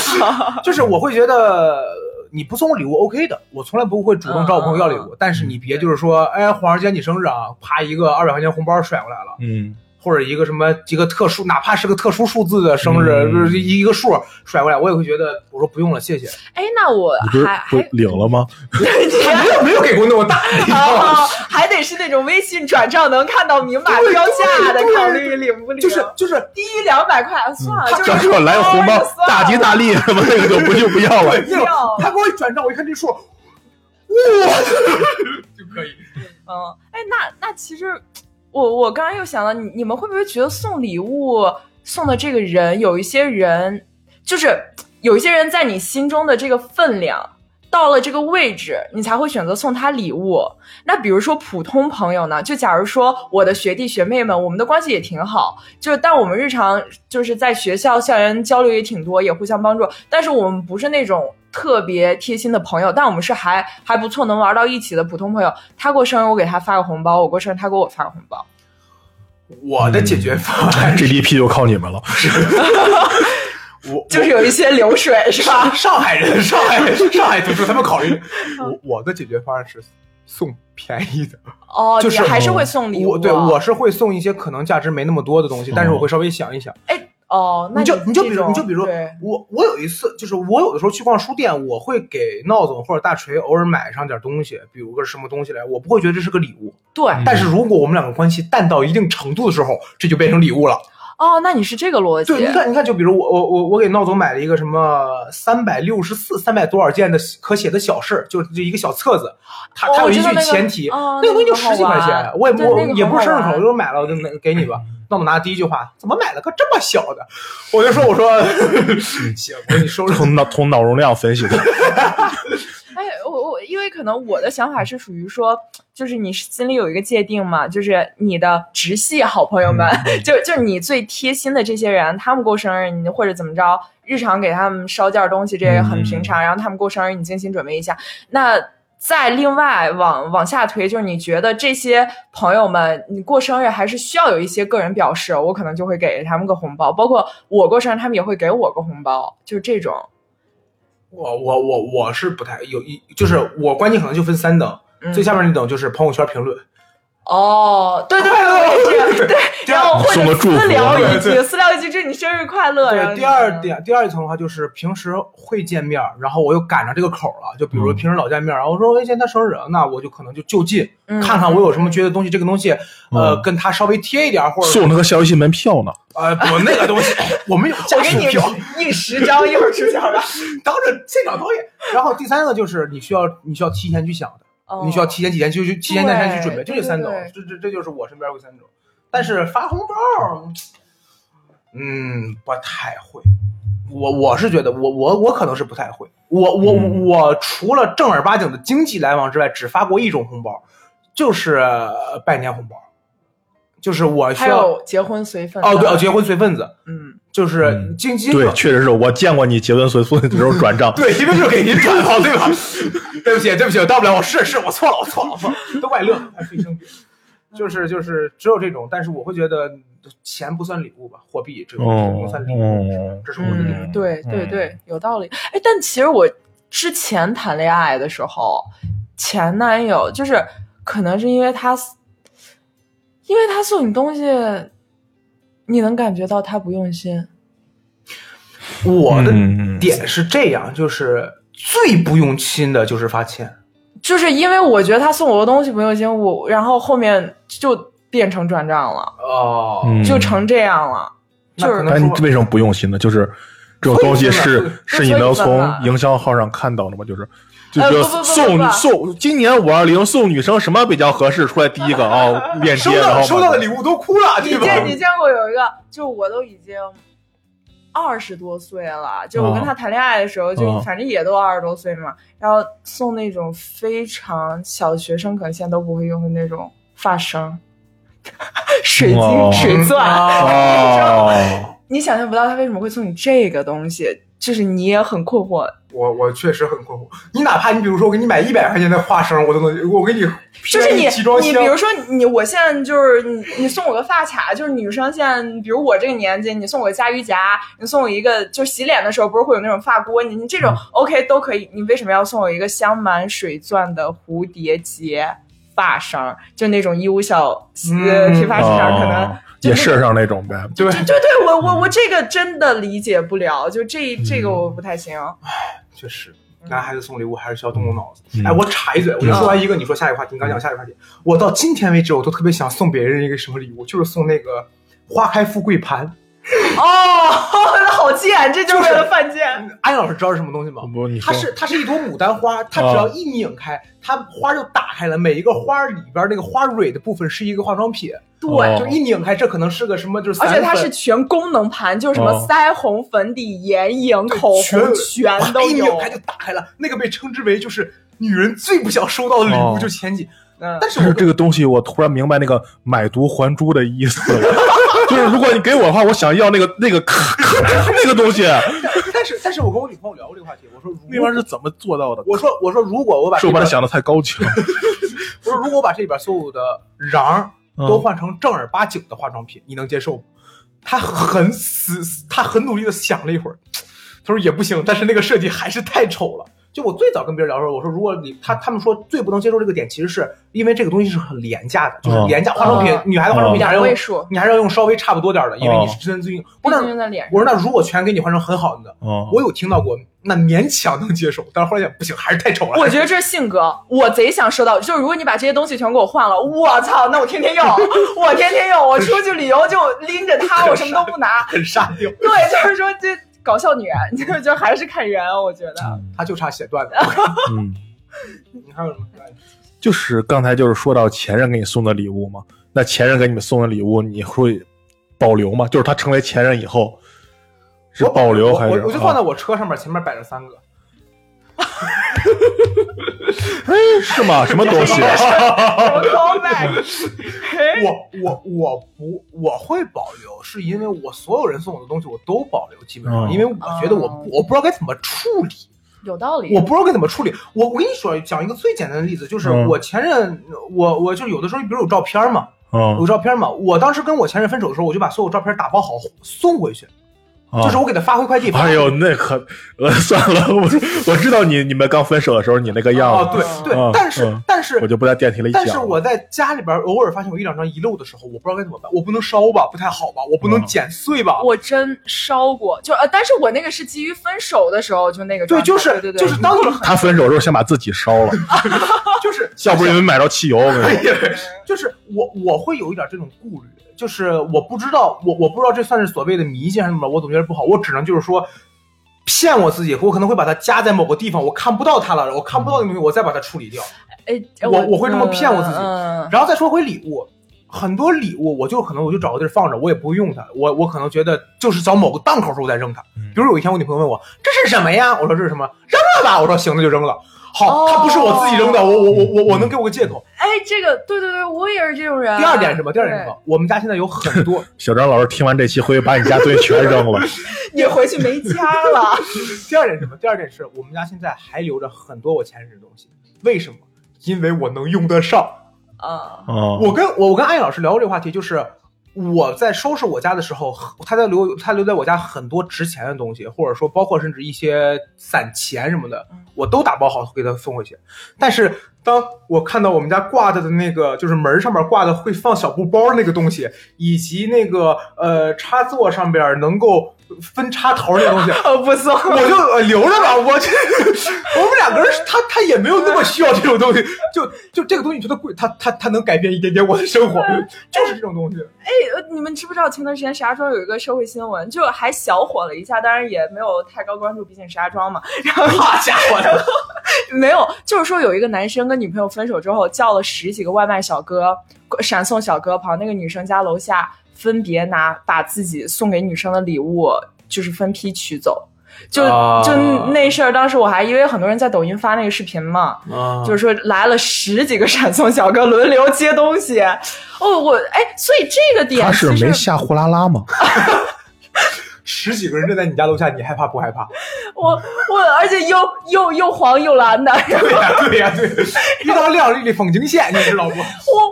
就是我会觉得你不送我礼物 OK 的，我从来不会主动找我朋友要
嗯
礼物，
嗯
但是你别就是说，哎，黄儿今天你生日啊，啪一个二百块钱红包甩过来了，
嗯，
或者一个什么一个特殊，哪怕是个特殊数字的生日，
嗯
就是一个数甩过来，我也会觉得我说不用了， 谢谢，
哎，那我
你不是
还
不
还
是领了吗？
没有没有给过那么大，你知道吗？
啊， 还得是那种微信转账能看到明码
对
标价的，
对
考虑领不领。
就是嗯就是。
低于两百块，算了，啊就是
这给我来个红包，大吉大利什么那个就不就不要了。
那
不
种
要
他给我一转账，我一看这数，哇， 就可以。
嗯，哎，那那其实我我刚刚又想了，你你们会不会觉得送礼物送的这个人，有一些人就是有一些人在你心中的这个分量。到了这个位置，你才会选择送他礼物。那比如说普通朋友呢？就假如说我的学弟学妹们，我们的关系也挺好，就是但我们日常就是在学校校园交流也挺多，也互相帮助。但是我们不是那种特别贴心的朋友，但我们是还还不错能玩到一起的普通朋友。他过生日我给他发个红包，我过生日他给我发个红包。
我的解决方案是
GDP 就靠你们了。嗯
我我
就是有一些 流水是吧？
上上海人，上海人，上海同志，他们考虑
嗯
我我的解决方案是送便宜的。
哦，
就是
你还是会送礼物啊、
我对我是会送一些可能价值没那么多的东西，但是我会稍微想一想。
哎哦，
嗯
那
你就你就比
这
如
种
你就比如嗯
对
我我有一次就是我有的时候去逛书店，我会给闹总或者大锤偶尔买上点东西，比如个什么东西来，我不会觉得这是个礼物。
对
但是如果我们两个关系淡到一定程度的时候，这就变成礼物了。
哦，那你是这个逻辑
对，你看，你看，就比如我我我我给闹总买了一个什么三百六十四、三百多少件的可写的小事，就是这一个小册子，它
哦
它有
我
一
知道
句
那个
前提，
哦
那个东西就
那个
十几
好
块
玩
钱，我也不
对那个
也不是
很
生
好
日口，
玩嗯
我就买了，我就拿给你吧。闹总拿第一句话，怎么买了个这么小的？我就说我说 行，我给你收拾。
从脑从脑容量分析的，
哎，我我因为可能我的想法是属于说，就是你心里有一个界定嘛，就是你的直系好朋友们， 就就你最贴心的这些人，他们过生日，你或者怎么着，日常给他们捎件东西，这也很平常。然后他们过生日，你精心准备一下。那再另外往往下推，就是你觉得这些朋友们，你过生日还是需要有一些个人表示，我可能就会给他们个红包，包括我过生日，他们也会给我个红包，就是这种。
我我我我是不太有一，就是我关系可能就分三等，
嗯
最下面那等就是朋友圈评论，
哦，对对对对对 对对，然后或
送个
者
祝福
私聊一
啊对
句，私聊一句祝你生日快乐。然后
对，
就
第二，点，第二层的话就是平时会见面儿，然后我又赶上这个口儿了，就比如
嗯
平时老见面儿，然后我说哎，今天他生日，那我就可能就就近
嗯
看看我有什么觉得东西，这个东西呃
嗯
跟他稍微贴一点儿，或者
送他个校园新门票呢。
呃不那个东 西，我们有
我
家
给
属
你
票，
印十张，一会儿出 去好吧？
当着现场导演。然后第三个就是你需要你需要提前去想的，
哦
你需要提前几天去去提前几天去准备，这
对
就三
对
种
对，
这这这就是我身边有三种，但是发红包，嗯，不太会。我我是觉得我我我可能是不太会，我我、
嗯
我除了正儿八经的经济来往之外，只发过一种红包，就是呃拜年红包，就是我需
还
要
有结婚随份
哦，对哦，
的
结婚随份子，
嗯，
就是
嗯
经济，
对，确实是我见过你结婚随婚的时候转账
啊 对，因为是给您转的，对吧？对不起，对不起，我当不了，我是是我错了，我错了，我错了，都怪乐，还是一生病。就是就是只有这种，但是我会觉得钱不算礼物吧，货币这个
哦
东西不算礼物，
哦
这是我的理解
嗯，对对
嗯
对，有道理。哎，但其实我之前谈恋爱的时候，前男友就是可能是因为他，因为他送你东西，你能感觉到他不用心。
我的
嗯
点是这样，就是最不用心的就是发钱。
就是因为我觉得他送我的东西不用心，我然后后面就变成转账了，
哦，
嗯
就成这样了，
那
就
可
是
能
哎那你为什么不用心呢？就是这种东西
催
是
婚了啊呃
是你能
催婚
从
了
营销号上看到的吗？就是。就
哎
是
不不不
送
不不
送，今年五二零送女生什么比较合适？出来第一个啊，哦链
收
接，然
到
后
收到的礼物都哭了，
你
对吧？
见你见过有一个，就我都已经二十多岁了，就
哦
我跟他谈恋爱的时候，就
嗯
反正也都二十多岁嘛，然后送那种非常小学生可能现在都不会用的那种发绳、 水晶、
哦
嗯
水钻，
哦，
哦，
你想象不到他为什么会送你这个东西，就是你也很困惑。
我我确实很困惑。你哪怕你比如说我给你买一百块钱的花生，我都能，我给你
就是你
集装箱
你比如说你，我现在就是你，你送我个发卡，就是女生现在，比如我这个年纪，你送我个鲨鱼夹，你送我一个，就是洗脸的时候不是会有那种发锅，你你这种、OK
嗯
都可以，你为什么要送我一个镶满水钻的蝴蝶结发绳？就那种义乌小呃
嗯
批发市场可能。
哦也设上那种呗。
对，
就对我我我这个真的理解不了，就这
嗯
这个我不太行。哦
确实，
嗯
男孩子送礼物还是需要动动脑子。
嗯
哎，我插一嘴，我就说完一个，你说下一个话题，你刚讲下一个话题。我到今天为止，我都特别想送别人一个什么礼物，就是送那个花开富贵盘。
哦， 好贱，这就是为了犯贱。
安老师知道是什么东西吗？
嗯不，你
它
说哦
是它是一朵牡丹花，它只要一拧开，它花就打开了。每一个花里边那个花蕊的部分是一个化妆品，
哦
对，
就一拧开，这可能是个什么，就是
而且
散
它
粉
是全功能盘，就是什么
哦
腮红、粉底、眼影、
对
口红，
全哎
全都
一
有
扭。开就打开了。那个被称之为就是女人最不想收到的礼物，
哦
就前几。
嗯，
但是
就是
我
这个东西，我突然明白那个买椟还珠的意思了。 就是如果你给我的话，我想要那个那个咔咔 那个东西，
但是但是我跟我女朋友聊过这个话题，我说
那玩
如果
意儿是怎么做到的？
我说我说如果我 把
是
这
我把
边
它想的太高级了。
我说如果我把这里边所有的瓤儿
嗯
都换成正儿八经的化妆品，你能接受吗？他很死，他很努力的想了一会儿，他说也不行，但是那个设计还是太丑了。就我最早跟别人聊的时候，我说如果你他他们说最不能接受这个点，其实是因为这个东西是很廉价的，就是
嗯
廉价化妆品
嗯，
女孩子化妆品你还
两
要
位
用
数，嗯
你还是要用稍微差不多点儿的，因为你
哦
是真最硬。
不
我那
能用在脸上。
我说那如果全给你换成很好的，
哦，
我有听到过，那勉强能接受，但是后来想不行，还是太丑了。
我觉得这是性格，我贼想收到。就是如果你把这些东西全给我换了，我操，那我天天用，我天天用，我出去旅游就拎着它，我什么都不 拿。
很哎沙雕，
对，就是说这搞笑女人， 就是就还是看人，我觉得。
他就差写段子。
嗯，
你还有什么？
就是刚才就是说到前任给你送的礼物嘛，那前任给你们送的礼物，你会保留吗？就是他成为前任以后，是
我
保留
我
还是？
我我就放在我车上面，前面摆着三个。
啊是吗？什么东西？啊
我 call back，
我我我不我会保留，是因为我所有人送我的东西我都保留，基本上，
嗯
因为我觉得我
哦
我不知道该怎么处理。
有道理
我。不知道该怎么处理。我我跟你说，讲一个最简单的例子，就是
嗯
我前任，我我就有的时候，比如有照片嘛，有
嗯，
照片嘛。我当时跟我前任分手的时候，我就把所有照片打包好送回去，
啊
就是我给他发回快递。
哎呦，那可呃算了，我我知道你你们刚分手的时候你那个
啊，
样子，
对对
嗯，
但是
嗯
但
我
是
就不在电梯里讲
但
了。
是我在家里边偶尔发现有一两张遗漏的时候，我不知道该怎么办。我不能烧吧，不太好吧？我不能
嗯
剪碎吧？
我真烧过，就呃，但是我那个是基于分手的时候就那个状
对，
态，
就是
对对对，
就是当你
他分手之后先把自己烧了，
就是
要不是因为买着汽油，我跟
哎
你说。
就是我我会有一点这种顾虑，就是我不知道我我不知道这算是所谓的迷信还是什么，我总觉得不好，我只能就是说骗我自己，我可能会把它夹在某个地方，我看不到它了，我看不到那东西，我再把它处理掉。
哎，
我我会这么骗我自己
嗯
然后再说回礼物，很多礼物我就可能我就找个地儿放着，我也不会用它，我我可能觉得就是找某个档口时候再扔它。比如有一天我女朋友问我这是什么呀，我说这是什么，扔了吧，我说行，那就扔了。好，
哦
它不是我自己扔的，我我我我我能给我个借口。
哎，这个对对对，我也是这种人。啊
第二点是什么？第二点是
对
什么？我们家现在有很多，
小张老师听完这期会把你家东西全扔 了，
你回去没家了。
第二点是什么？第二点是我们家现在还留着很多我前任的东西，为什么？因为我能用得上。
啊，
啊，
我跟我我跟艾老师聊过这个话题，就是我在收拾我家的时候，他在留他留在我家很多值钱的东西，或者说包括甚至一些散钱什么的，我都打包好给他送回去。但是当我看到我们家挂着的那个，就是门上面挂的会放小布包那个东西，以及那个呃插座上边能够分插头那个东西，
我不 送。
我就呃留着吧，我这我们两个人，他他也没有那么需要这种东西，就就这个东西觉得贵，他他他能改变一点点我的生活，就是这种东西。
呃你们知不知道前段时间石家庄有一个社会新闻，就还小火了一下，当然也没有太高关注，毕竟石家庄嘛。然 后
好家伙的，
没有，就是说有一个男生跟女朋友分手之后，叫了十几个外卖小哥、闪送小哥，跑那个女生家楼下，分别拿把自己送给女生的礼物，就是分批取走。就
啊
就那事儿，当时我还因为很多人在抖音发那个视频嘛，
啊
就是说来了十几个闪送小哥轮流接东西。哦，我哎，所以这个点
他是
其实
没下货拉拉吗？
十几个人站在你家楼下，你害怕不害怕？
我我，而且又又又黄又蓝的，然后
对呀、对呀、对、一刀亮丽丽风景线，你知道不？
我我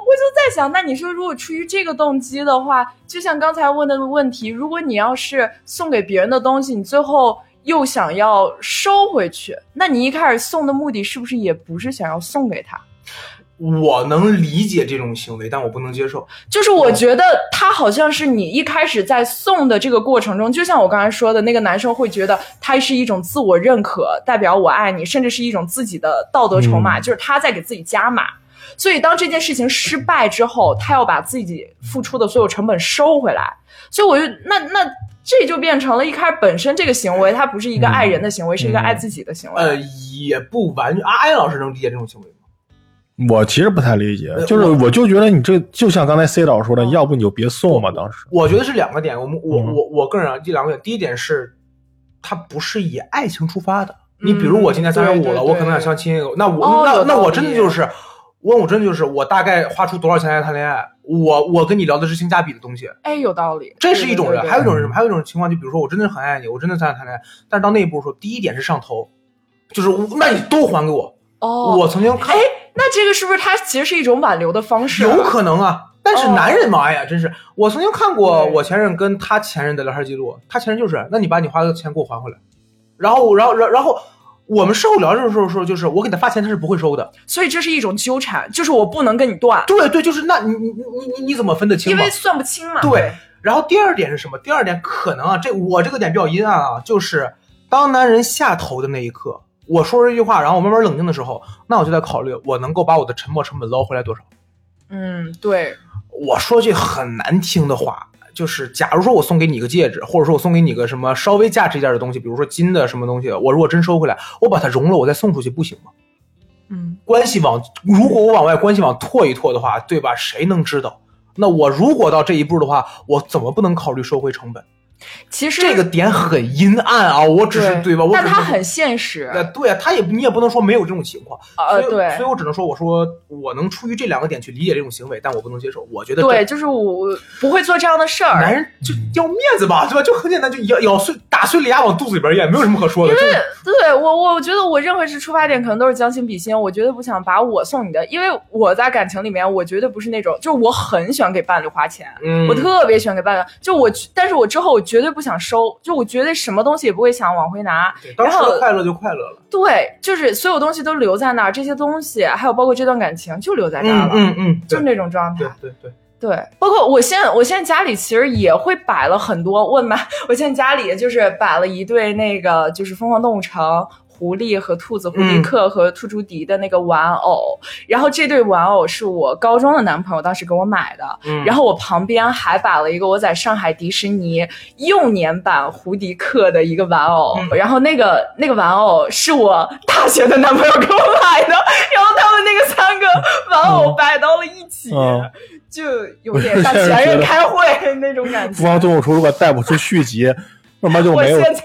就在想，那你说如果出于这个动机的话，就像刚才问的问题，如果你要是送给别人的东西，你最后又想要收回去，那你一开始送的目的是不是也不是想要送给他？
我能理解这种行为，但我不能接受。
就是我觉得他好像是你一开始在送的这个过程中，就像我刚才说的，那个男生会觉得他是一种自我认可，代表我爱你，甚至是一种自己的道德筹码，
嗯
就是他在给自己加码。所以当这件事情失败之后，他要把自己付出的所有成本收回来。所以我就那那这就变成了一开始本身这个行为，它不是一个爱人的行为，是一个爱自己的行
嗯
为。
呃，也不完全。阿、安老师能理解这种行为吗？
我其实不太理解
呃，
就是
我
我就觉得你这就像刚才 C 导说的，
嗯
要不你就别送嘛。当时
我觉得是两个点，我们我
嗯
我我个人啊，这两个点，第一点是，它不是以爱情出发的。你比如我今年三十
嗯
五
对对
了，
对
我可能想相亲，那我、
哦有
那
道
那我
理
真的就是，我我真的就是，我大概花出多少钱来谈恋爱？我我跟你聊的是性价比的东西，
哎，有道理，
这是一种人。
对对对对
还有一种人是什么？还有一种情况，就比如说我真的很爱你，我真的想谈恋爱，但是到那一步的时候，第一点是上头，就是我那你都还给我。
哦，
我曾经看
哎，那这个是不是它其实是一种挽留的方式？
有可能啊。但是
哦
男人嘛，哎呀，真是！我曾经看过
对
我前任跟他前任的聊天记录，他前任就是，那你把你花的钱给我还回来，然后，然后，然后然后我们事后聊这种时候说，就是我给他发钱，他是不会收的。
所以这是一种纠缠，就是我不能跟你断，
对对，就是那你你你你你怎么分得清
因
嘛
为？算不清嘛。
对，。然后第二点是什么？第二点可能啊，这我这个点比较阴暗啊，就是当男人下头的那一刻，我说这句话，然后我慢慢冷静的时候，那我就在考虑，我能够把我的沉没成本捞回来多少。
嗯，对，
我说句很难听的话，就是假如说我送给你一个戒指，或者说我送给你个什么稍微价值一点的东西，比如说金的什么东西，我如果真收回来，我把它融了，我再送出去，不行吗？
嗯，
关系网，如果我往外关系网拓一拓的话，对吧？谁能知道？那我如果到这一步的话，我怎么不能考虑收回成本？
其实
这个点很阴暗啊！我只是对吧？我只
但
是
它很现实。
呃，对啊，他也你也不能说没有这种情况，
呃，
所以
对
所以，我只能说，我说我能出于这两个点去理解这种行为，但我不能接受。我觉得这
对，就是我不会做这样的事儿。
男人就
嗯
要面子吧，对吧？就很简单，就咬咬碎打碎了牙往肚子里边咽，没有什么可说的。就是
对我，我觉得我任何是出发点可能都是将心比心，我绝对不想把我送你的，因为我在感情里面，我绝对不是那种，就是我很喜欢给伴侣花钱，
嗯
我特别喜欢给伴侣，就我，但是我之后我绝对不想收，就我绝对什么东西也不会想往回拿，
对当时
然后
的快乐就快乐了。
对，就是所有东西都留在那儿，这些东西还有包括这段感情就留在那
嗯
儿了，
嗯嗯，
就
对
那种状态
对。对对，
对，包括我现在，我现在家里其实也会摆了很多。我买，我现在家里就是摆了一对那个就是《疯狂动物城》狐狸和兔子、狐
嗯
狸克和兔朱迪的那个玩偶。然后这对玩偶是我高中的男朋友当时给我买的。
嗯
然后我旁边还摆了一个我在上海迪士尼幼年版胡迪克的一个玩偶，
嗯
然后那个那个玩偶是我大学的男朋友给我买的，然后他们那个三个玩偶摆到了一起，
嗯
就有点像前任开会那种感
《疯狂
觉。
动物城》如果带不出续集，要么就
我
没有
现在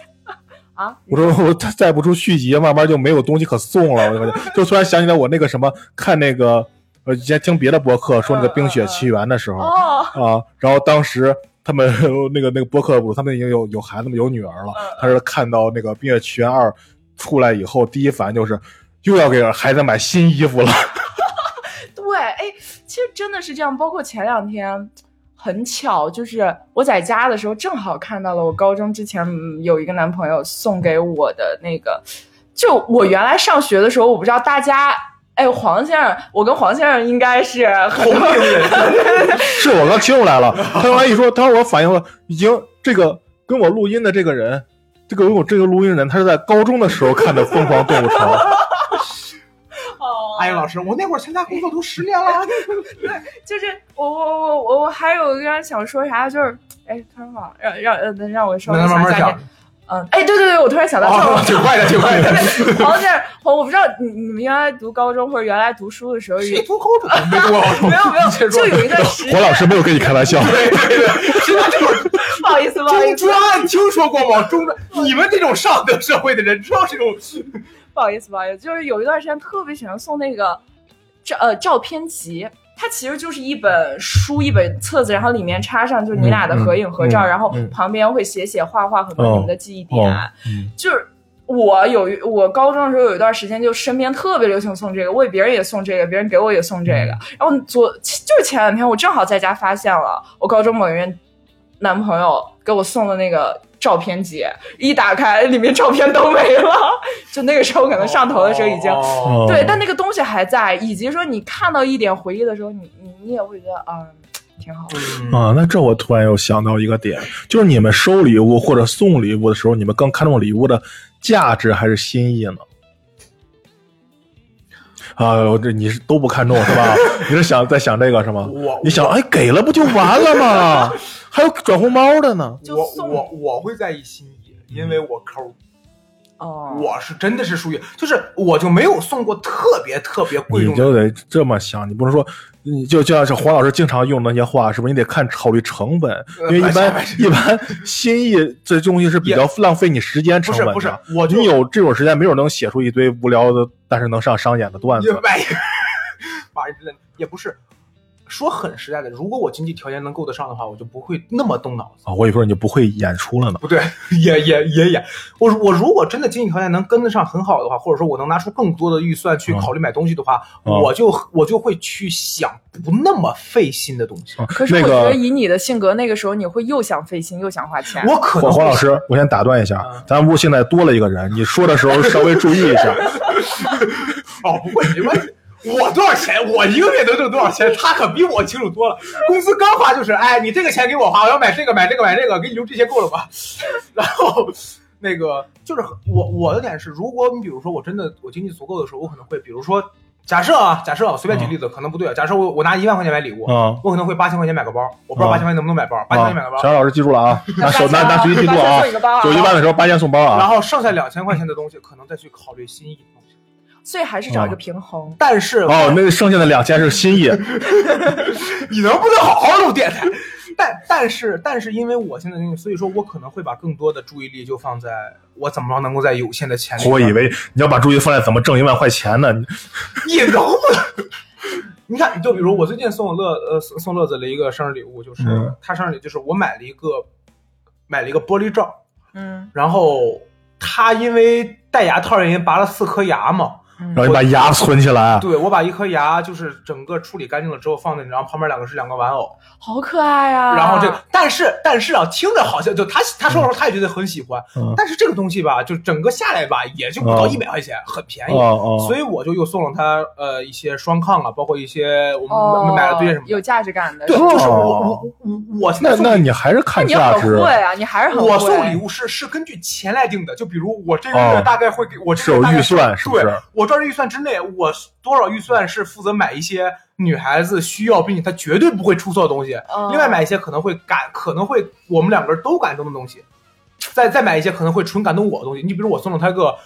啊，
我说我再再不出续集，慢慢就没有东西可送了。我就发现就突然想起来我那个什么看那个呃，以前听别的播客说那个《冰雪奇缘》的时候
哦，
啊，然后当时。他们 那个那个播客主，他们已经有有孩子们有女儿了。
嗯
他是看到那个《冰雪奇缘二》出来以后，第一反应就是又要给孩子买新衣服了。
对，哎，其实真的是这样。包括前两天，很巧，就是我在家的时候正好看到了我高中之前嗯有一个男朋友送给我的那个，就我原来上学的时候，我不知道大家。哎，黄先生，我跟黄先生应该是很多
是我刚听出来了，他刚才一说，当时我反应了，已经这个跟我录音的这个人，这个我这个录音人，他是在高中的时候看的《疯狂动物城》，
哦
哎呀，老师，我那会儿参加工作都十年了，
就是我我我我我还有一个想说啥，就是哎，突然忘了，让让呃能让我稍微
慢慢慢
想想
讲
一下。嗯，哎，对对对，我突然想到，就是
哦
我
啊，挺快的，挺快的。
黄先生，我我不知道你你们原来读高中或者原来读书的时 候有，
谁读高中？没读高 中，
没有没
你先
有，
说
就有一段时
黄
间，
老师没有跟你开玩笑，
谁那会儿
不好意思不好意
中
思
专听说过吗？中专，你们这种上流社会的人知道这种
不好意思不好意思，就是有一段时间特别喜欢送那个照呃照片集。它其实就是一本书，一本册子，然后里面插上就是你俩的合影合
嗯
照，
嗯嗯
然后旁边会写写画画很多你们的记忆点。
哦嗯
就是我有一我高中的时候有一段时间，就身边特别流行送这个，我给别人也送这个，别人给我也送这
嗯
个。然后昨就是前两天，我正好在家发现了我高中某一任男朋友给我送的那个照片集，一打开里面照片都没了。就那个时候可能上头的时候已经。
哦
嗯
对，但那个东西还在，以及说你看到一点回忆的时候，你你你也会觉得，嗯，挺好的。
嗯
啊，那这我突然又想到一个点，就是你们收礼物或者送礼物的时候，你们更看重礼物的价值还是心意呢？啊，我这你是都不看重是吧？你是想在想这个是吗？
我
你想，哎，给了不就完了吗？还有转红包的呢。
就
我
送
我我会在意心意，因为我抠，
哦，
我是真的是属于，就是我就没有送过特别特别 贵
你
重的。
就得这么想，你不能说，你就就像是黄老师经常用的那些话，是不是？你得看考虑成本，因
呃
为一般
白痴
一般心意这东西是比较浪费你时间成
不是
本的。
不是，我就
啊你有这种时间，没准能写出一堆无聊的，但是能上商演的段
也
子。
买，妈呀，真的也不是。说很实在的，如果我经济条件能够得上的话，我就不会那么动脑子。
啊，我以为你就不会演出了呢。
不对，也也也也，我我如果真的经济条件能跟得上很好的话，或者说我能拿出更多的预算去
嗯
考虑买东西的话，
嗯
我就我就会去想不那么费心的东西。
啊
可是我
那
觉
个
得以你的性格，那个时候你会又想费心又想花钱。
我可
黄
能会
黄老师，我先打断一下
嗯，
咱们屋现在多了一个人，你说的时候稍微注意一 下。
哦，不会没关系。我多少钱？我一个月能挣多少钱？他可比我清楚多了。工资刚发就是，哎，你这个钱给我花，我要买这个买这个买这个，给你留这些够了吧？ 然后那个就是我我的点是，如果你比如说我真的我经济足够的时候，我可能会比如说假设啊，假设啊，我随便举例
嗯
子，可能不对啊。假设我我拿一万块钱买礼物，
啊
我可能会八千块钱买个包，我不知
嗯
道八千块钱能不能买包，八千块钱买个
啊，
包，
小老师记住了啊，拿手拿拿手机记住啊，九一八的时候八千送包
然
啊。
后剩下两千块钱的东西，可能再去考虑心意的东西。
所以还
嗯
是找一个平衡。
但是
哦，那剩下的两千是心意。
你能不能好好录电台？ 但但是但是，因为我现在那个，所以说我可能会把更多的注意力就放在我怎么着能够在有限的钱里。
我以为你要把注意力放在怎么挣一万块钱呢？
你能不能？你看，就比如我最近送乐呃送送乐子的一个生日礼物，就是、
嗯
他生日礼就是我买了一个买了一个玻璃罩，
嗯
然后他因为戴牙套原因拔了四颗牙嘛，
然后你把牙存起来。啊
对我把一颗牙就是整个处理干净了之后放在那，然后旁边两个是两个玩偶，
好可爱啊！
然后这个，但是但是啊，听着好像就他他说的时候，他也觉得很喜欢。
嗯
但是这个东西吧，就整个下来吧，也就不到
哦
一百块钱，很便宜。
哦哦，
所以我就又送了他呃一些双抗啊，包括一些我们我
哦
们买了对什么的。
有价值感的。
对，
那
就是我我我我现
哦
在
那
送
那你还是看
你
价
很
值
会，啊，你还是很会。
我送礼物是是根据钱来定的，就比如我这个
哦
月大概会给我这
是
个
有
月大概
预算是不
对
是？
我照这预算之内，我多少预算是负责买一些女孩子需要，并且她绝对不会出错的东西。
嗯
另外买一些可能会感，可能会我们两个人都感动的东西。再再买一些可能会纯感动我的东西。你比如我送了她个，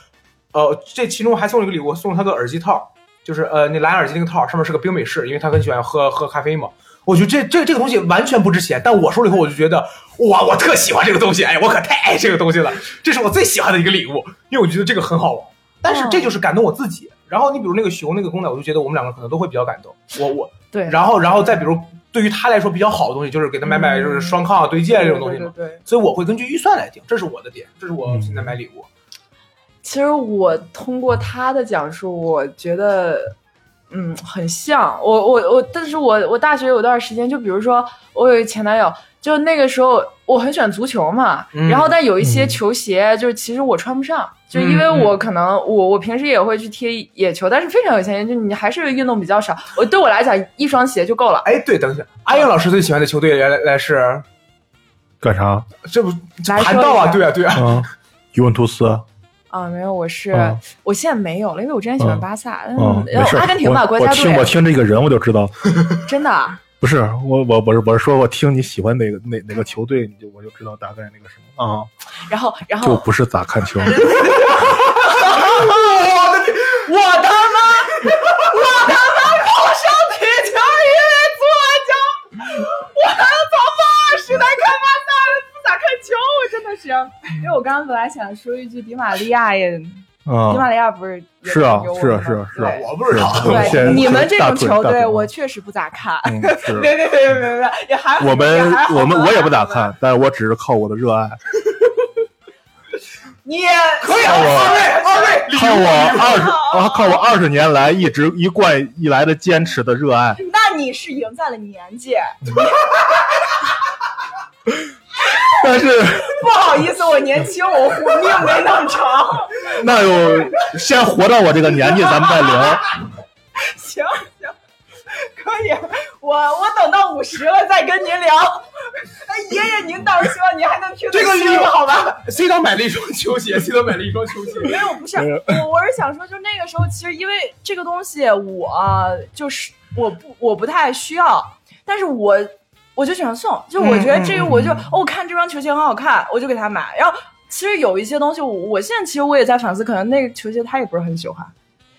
呃，这其中还送了一个礼物，我送了她个耳机套，就是呃那蓝牙耳机那个套，上面是个冰美式，因为她很喜欢喝喝咖啡嘛。我觉得这这这个东西完全不值钱，但我收了以后，我就觉得哇，我特喜欢这个东西，哎，我可太爱这个东西了，这是我最喜欢的一个礼物，因为我觉得这个很好玩。但是这就是感动我自
嗯
己。然后你比如那个熊那个公仔，我就觉得我们两个可能都会比较感动。我我
对，
然后然后再比如对于他来说比较好的东西，就是给他买买就是双抗啊、对戒这种东西
嗯对
嘛
对。对
所以我会根据预算来定，这是我的点，这是我现在买礼物。
其实我通过他的讲述，我觉得，嗯，很像我我我，但是我我大学有段时间，就比如说我有一前男友，就那个时候我很喜欢足球嘛，
嗯
然后但有一些球鞋，就是其实我穿不上，就因为
嗯
我可能我我平时也会去踢野球，但是非常有钱，就你还是运动比较少，我对我来讲一双鞋就够了。
哎，对，等一下，阿英老师最喜欢的球队原来来是
干啥？
这不
来
盘
说
道
一
啊？
下
对啊对啊，
嗯，尤文图斯。
啊，没有，我是、
嗯
我现在没有了，因为我之前喜欢
嗯
巴萨，
嗯，没
然
事儿。
后阿根廷吧，
我
国家
我听我
队，啊
听这个人我就知道，
真的啊。
不是我我我是我是说我听你喜欢哪个哪哪个球队，你就我就知道大概那个什么啊，
然后然后
就不是咋看球。
我他妈，我他妈跑上体球，因为左脚，我他妈跑八十来看巴萨，不咋看球，我真的是。因为我刚刚本来想说一句迪玛利亚也，迪
啊，
玛利亚不是也
是啊
挺优
是啊
的吗
是啊是啊
对
我不知道。
是啊现在
对，你们这
大
种
腿
球
大腿
队，
嘛
我确实不咋看。
嗯是。
别别别别别别，也还
我们
也还好
我们我也不咋
吧。
看，但是我只是靠我的热 爱，
你
可以啊，
我
二位二位，
靠我二十啊，靠我二十年来一直一贯以来的坚持的热 爱。
那你是赢在了年纪，
但是
不好意思，我年轻，我活命没那么长。
那有先活到我这个年纪，咱们再聊。
行行，可以，我我等到五十了再跟您聊。哎，爷爷您倒是希望您还能听得
这个
清
礼物
好吧？
C 档买了一双球鞋，C 档买了一双球鞋。
没有，不是
没有
我，我是想说，就那个时候，其实因为这个东西，我就是我不我不太需要，但是我我就喜欢送，就我觉得这个，
嗯嗯嗯
我就、哦，我看这双球鞋很好看，我就给他买。然后其实有一些东西我，我现在其实我也在反思，可能那个球鞋他也不是很喜欢。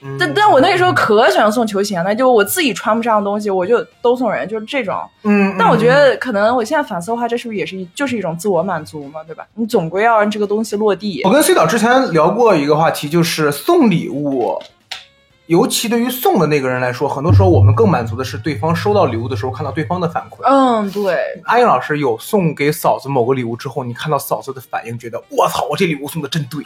嗯
但但我那个时候可喜欢送球鞋了，就我自己穿不上的东西，我就都送人，就是这种。
嗯，
但我觉得可能我现在反思的话，这是不是也是一就是一种自我满足嘛，对吧？你总归要让这个东西落地
我。跟 C 导之前聊过一个话题，就是送礼物，尤其对于送的那个人来说，很多时候我们更满足的是对方收到礼物的时候看到对方的反馈。
嗯，对，
阿英老师有送给嫂子某个礼物之后，你看到嫂子的反应，觉得我操，我这礼物送的真对，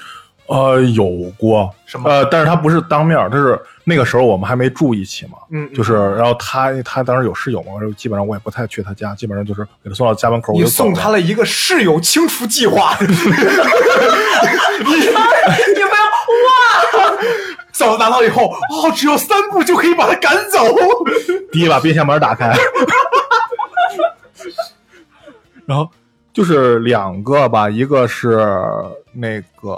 呃，有过
什么
呃，但是他不是当面儿，他是那个时候我们还没住一起嘛，
嗯，
就是然后他他当时有室友嘛，然后基本上我也不太去他家，基本上就是给他送到家门口我
你
就走
送他
了。
了一个室友清除计 划，
你不要
嫂子拿到以后，哦，只要三步就可以把他赶走。
第一把冰箱门打开， 然后就是两个吧，一个是那个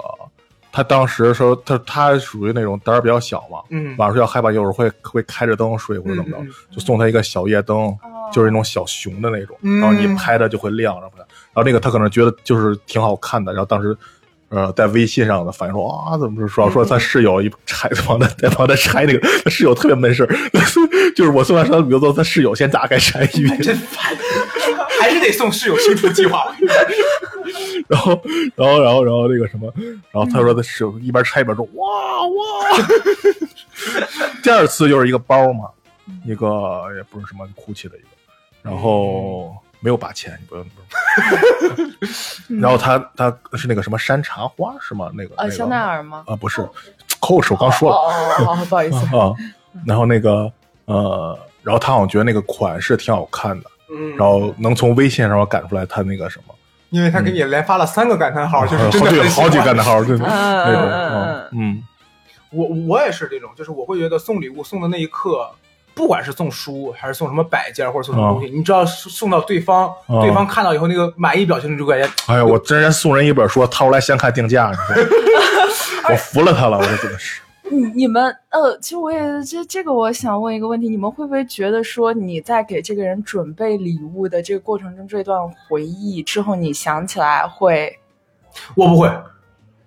他当时说他他属于那种胆儿比较小嘛，
嗯
晚上睡觉害怕，有时候会会开着灯睡或者怎么着，
嗯嗯
就送他一个小夜灯，
哦
就是那种小熊的那种，
嗯
然后你拍它就会亮，然后然后那个他可能觉得就是挺好看的，然后当时。呃，在微信上的反应说啊，怎么说说他室友一拆，帮他在帮他拆那个，他室友特别闷事儿 就是我送完他，比如说他室友先打开拆一遍，
真烦，还是得送室友清除计划。
然后，然后，然后，然后那个什么，然后他
嗯
说他室友一边拆一边说哇哇。 第二次就是一个包嘛，一个也不是什么 GUCCI 的一个，然后没有把钱，你不用。不 用然后他他是那个什么山茶花是吗？那个那
呃，
个
香奈儿吗？
啊不是，扣手刚说
哦
了
哦哦，不好意思，
啊，然后那个呃，然后他好像觉得那个款式挺好看的，
嗯
然后能从微信上赶出来他那个什么。
因为他给你连发了三个感叹号，就是真的
对哦
很喜欢
嗯好几个感叹号，对对
嗯
那种
嗯嗯
嗯
我我也是这种，就是我会觉得送礼物送的那一刻，不管是送书还是送什么摆件或者送什么
啊
东西，你只要送到对方，
嗯
对方看到以后那个满意表情，你就感觉
哎呀，我真人送人一本书，掏出来先看定价，你说 我服了他了，我说真的是，
你你们呃，其实我也这这个我想问一个问题，你们会不会觉得说你在给这个人准备礼物的这个过程中，这段回忆之后，你想起来会
我不会，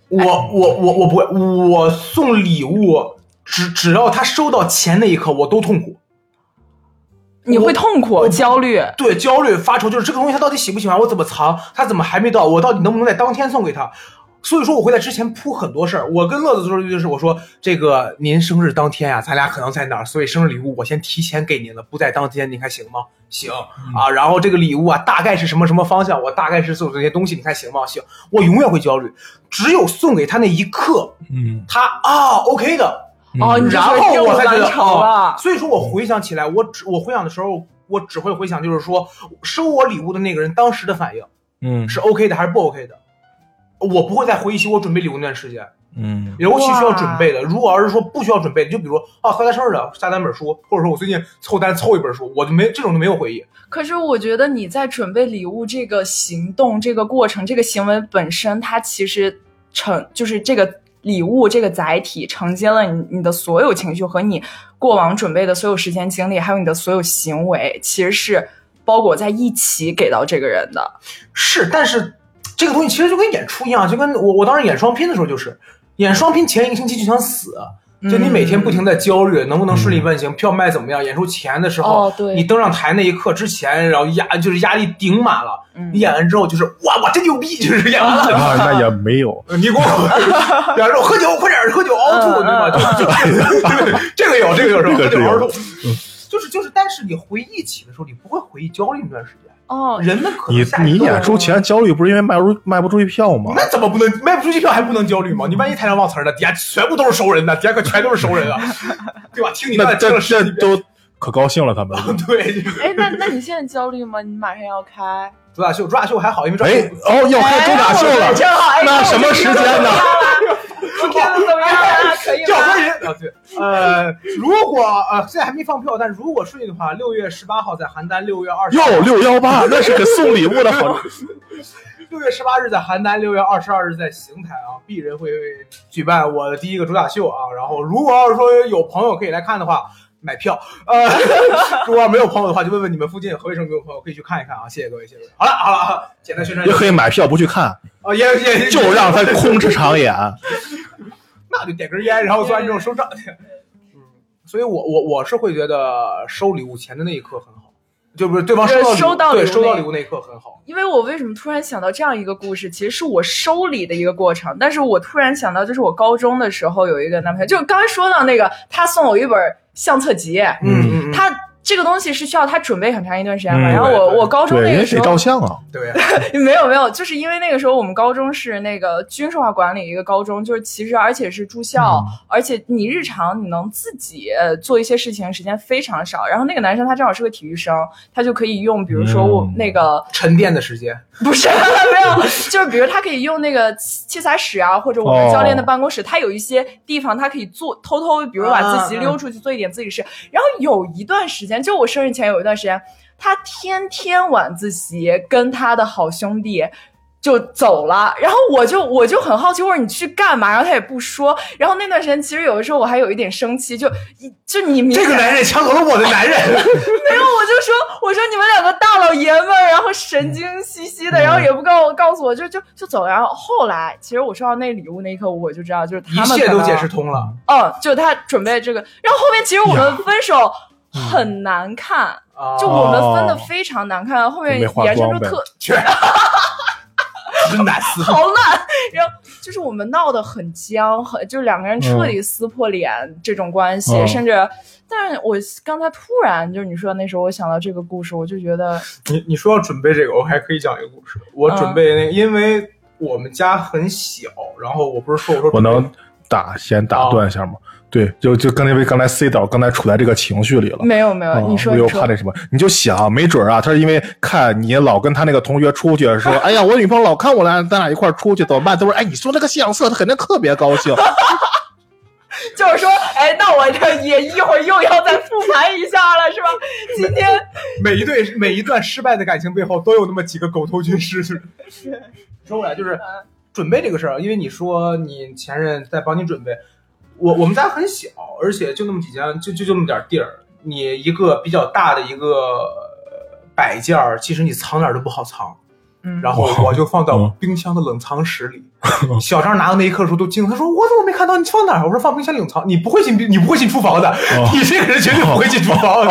我我我我不会，我送礼物只只要他收到钱那一刻，我都痛苦。嗯
你会痛苦、焦虑。
对，焦虑、发愁，就是这个东西他到底喜不喜欢，我怎么藏，他怎么还没到，我到底能不能在当天送给他？所以说我会在之前铺很多事儿。我跟乐子说的就是，我说这个您生日当天呀、咱俩可能在哪儿，所以生日礼物我先提前给您了，不在当天，您看行吗？行啊。然后这个礼物啊，大概是什么什么方向，我大概是送这些东西，你看行吗？行。我永远会焦虑，只有送给他那一刻，
嗯，
他啊 OK 的，
哦，你这
然后
是任务
我才觉
完
得哦
成了。
所以说我回想起来，我只我回想的时候，我只会回想就是说，收我礼物的那个人当时的反应
嗯
是 OK 的还是不 OK 的，我不会再回忆起我准备礼物那段时间，
嗯
尤其需要准备的。如果要是说不需要准备的，就比如说啊，快他生日了，下单本书，或者说我最近凑单凑一本书，我就没这种就没有回忆。
可是我觉得你在准备礼物这个行动、这个过程、这个行为本身，它其实承就是这个礼物这个载体承接了你你的所有情绪和你过往准备的所有时间精力，还有你的所有行为，其实是包裹在一起给到这个人的。
是，但是这个东西其实就跟演出一样，就跟我我当时演双拼的时候就是，演双拼前一个星期就想死，就你每天不停在焦虑，能不能顺利运行，票卖怎么样？演出前的时候，
哦对
你登上台那一刻之前，然后压就是压力顶满了，
嗯
你演完之后就是哇，我真牛逼，就是演完了。
啊，那也没有，
你给我，演完之后喝酒，快点儿喝酒凹吐，
嗯
对吧？就 就这个有，这个有，
这个
喝酒
是有
凹吐，就是就是，但是你回忆起的时候，你不会回忆焦虑那段时间。
哦，
人们可能
你
下一
你
刻
演出前焦虑不是因为卖不出卖不出去票吗？
那怎么不能卖不出去票还不能焦虑吗？你万一台上忘词儿了，底下全部都是熟人呢，底下可全都是熟 人啊，对吧？听你
那
那听
这
了十
这
几遍，
都可高兴了， 他们。
对，就是
哎，那那你现在焦虑吗？你马上要开，
主打秀，主打秀还好，因为主打秀
哎，哦，要开主打秀
哎
了，
正好哎
那什么时间呢？
我看怎么样啊？可以
要
吗？
分人啊，对，呃，如果呃现在还没放票，但如果顺利的话，六月十八号在邯郸，六月二十，
哟，六幺八，那是给送礼物的 好。
六月十八日在邯郸，六月二十二日在邢台啊，鄙人会举办我的第一个主打秀啊。然后，如果要是说有朋友可以来看的话，买票。呃， 如果要没有朋友的话，就问问你们附近河北省有没有朋友可以去看一看啊。谢谢各位，谢谢各位。好了好了好了，简单宣传
也可以买票不去看，
啊，也也
就让他控制场 演。
那就点根烟，然后做完之后收账去。嗯，所以我我我是会觉得收礼物前的那一刻很好，就不是对方收到
对
礼物对
收到礼物
收到
那
礼物那一刻很好。
因为我为什么突然想到这样一个故事，其实是我收礼的一个过程，但是我突然想到，就是我高中的时候有一个男朋友，就是刚才说到那个，他送我一本相册集，
嗯
嗯嗯，
他。这个东西是需要他准备很长一段时间
嗯
嘛？然后
对对
我我高中
对，
那
因
个
为
时
得
候
照相啊。
对，
没有没有，就是因为那个时候我们高中是那个军事化管理一个高中，就是其实而且是住
嗯
校，而且你日常你能自己呃做一些事情时间非常少。然后那个男生他正好是个体育生，他就可以用，比如说我
嗯
那个、
沉淀的时间。
不是没有，就是比如他可以用那个器材室啊，或者我们教练
哦
的办公室，他有一些地方他可以做偷偷，比如晚自习
啊啊
溜出去做一点自己事。然后有一段时间，就我生日前有一段时间，他天天晚自习跟他的好兄弟。就走了，然后我就我就很好奇，我说你去干嘛？然后他也不说。然后那段时间，其实有的时候我还有一点生气，就就你明显
这个男人抢走了我的男人。
没有，我就说，我说你们两个大老爷们儿，然后神经兮兮的，然后也不告我告诉我，就就就走了。然后后来，其实我收到那礼物那一刻，我就知道，就是
一
他们
切
可
都
能
解释，通了
嗯，就他准备这个。然后后面其实我们分手很难看，
啊！
就我们分的非常难看，后面
没化
延伸出
妆呗
特
直男思
好烂。然后就是我们闹得很僵，很就是两个人彻底撕破脸、这种关系，
嗯
甚至。但是我刚才突然就是你说的那时候，我想到这个故事，我就觉得。
你你说要准备这个，我还可以讲一个故事。我准备那个，因为我们家很小，然后我不是说我说
我能打先打断一下吗？对，就就跟那位刚才 C 导刚才处在这个情绪里了。
没有没有，
哦
啊
嗯你说
我
你
又
说
怕，那什么，你就想，没准儿啊，他是因为看你老跟他那个同学出去，说， 哎呀，我女朋友老看我了，咱俩一块儿出去怎么办？他说，哎，你说那个相册，他肯定特别高兴。
就是说，哎，那我这也一会儿又要再复盘一下了，是吧？今 天
每一对每一段失败的感情背后都有那么几个狗头军师。就是 说回来，就是准备这个事儿，因为你说你前任在帮你准备，我我们家很小，而且就那么几间，就就就那么点儿地儿，你一个比较大的一个呃摆件儿，其实你藏哪儿都不好藏。嗯
嗯，
然后我就放到冰箱的冷藏室里。小张拿到那一刻的时候都惊了，他说：“我怎么没看到？你放哪儿？”我说：“放冰箱冷藏。”你不会进冰，你不会进厨房的，你这个人绝对不会进厨房，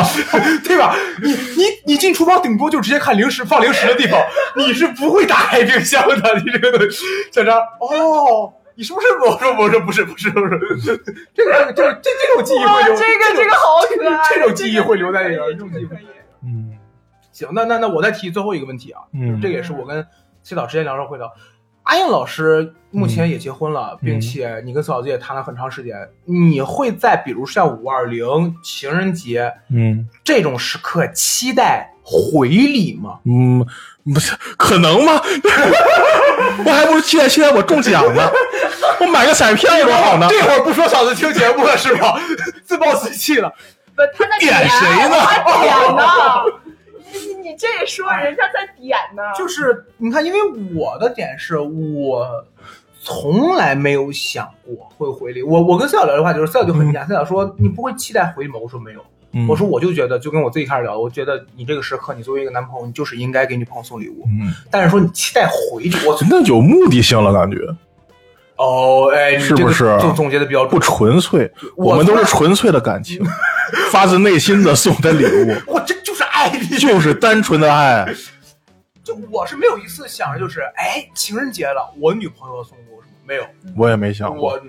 对吧？你你你进厨房顶多就直接看零食放零食的地方，你是不会打开冰箱的。你这个东西小张，哦。你是不是？我说，我说不是，不是，不是， 这个，这个，这这种记忆
哇
会留，
这个这个好可爱，
这种记忆
这个
会留在里
这个
边，这种
可
记忆
以这
会
个可以
嗯
行，那那那我再提最后一个问题啊，
嗯
这个也是我跟崔导之前聊时候会聊。阿燕老师目前也结婚了，并且你跟崔老师也谈了很长时间。你会在比如像五二零、情人节
嗯
这种时刻期待回礼吗？
嗯，不是可能吗？ 我还不如期待期待我中奖呢， 我买个彩票多好呢。
这会儿不说嫂子听节目了是吧？ 自暴自弃了。
不，他在啊
点谁呢
他点呢？你你这一说，人家在点呢。
哎就是你看，因为我的点是我从来没有想过会回礼。我我跟赛导聊的话，就是赛导就很简单，赛导说你不会期待回礼吗？我说没有，
嗯
我说我就觉得，就跟我自己开始聊，我觉得你这个时刻，你作为一个男朋友，你就是应该给女朋友送礼物。
嗯，
但是说你期待回礼，我
那有目的性了，感觉
哦，哎，你
是不是
这个总总结的比较
不
准。
纯粹，
我
我们都是纯粹的感情，发自内心的送的礼物，
我这就是爱你，
就是单纯的爱。
就我是没有一次想着就是，哎，情人节了，我女朋友送我什么？没有，
我也没想过，
我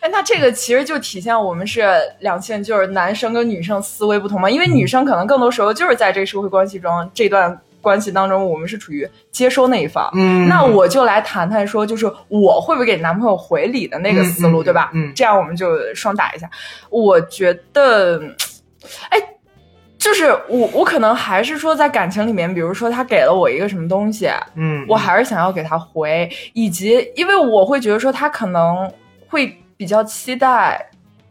哎，那这个其实就体现我们是两性，就是男生跟女生思维不同嘛。
嗯
因为女生可能更多时候就是在这个社会关系中，这段关系当中，我们是处于接收那一方。
嗯，
那我就来谈谈说，就是我会不会给男朋友回礼的那个思
嗯
路，
嗯
对吧？
嗯
这样我们就双打一下。我觉得，哎，就是我我可能还是说在感情里面，比如说他给了我一个什么东西，
嗯，
我还是想要给他回，以及因为我会觉得说他可能会比较期待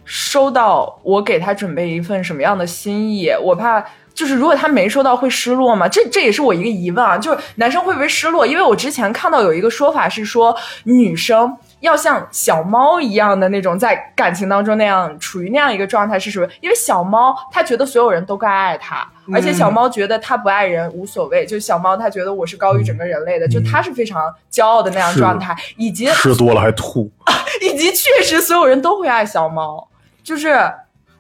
收到我给他准备一份什么样的心意，我怕。就是如果他没收到会失落吗？这这也是我一个疑问啊，就是男生会不会失落？因为我之前看到有一个说法是说，女生要像小猫一样的那种，在感情当中那样处于那样一个状态是什么？因为小猫它觉得所有人都该爱它，而且小
嗯
猫觉得它不爱人无所谓，就小猫它觉得我是高于整个人类的，就
嗯
它是非常骄傲的那样
是
状态，以及
吃多了还吐，
以及确实所有人都会爱小猫，就是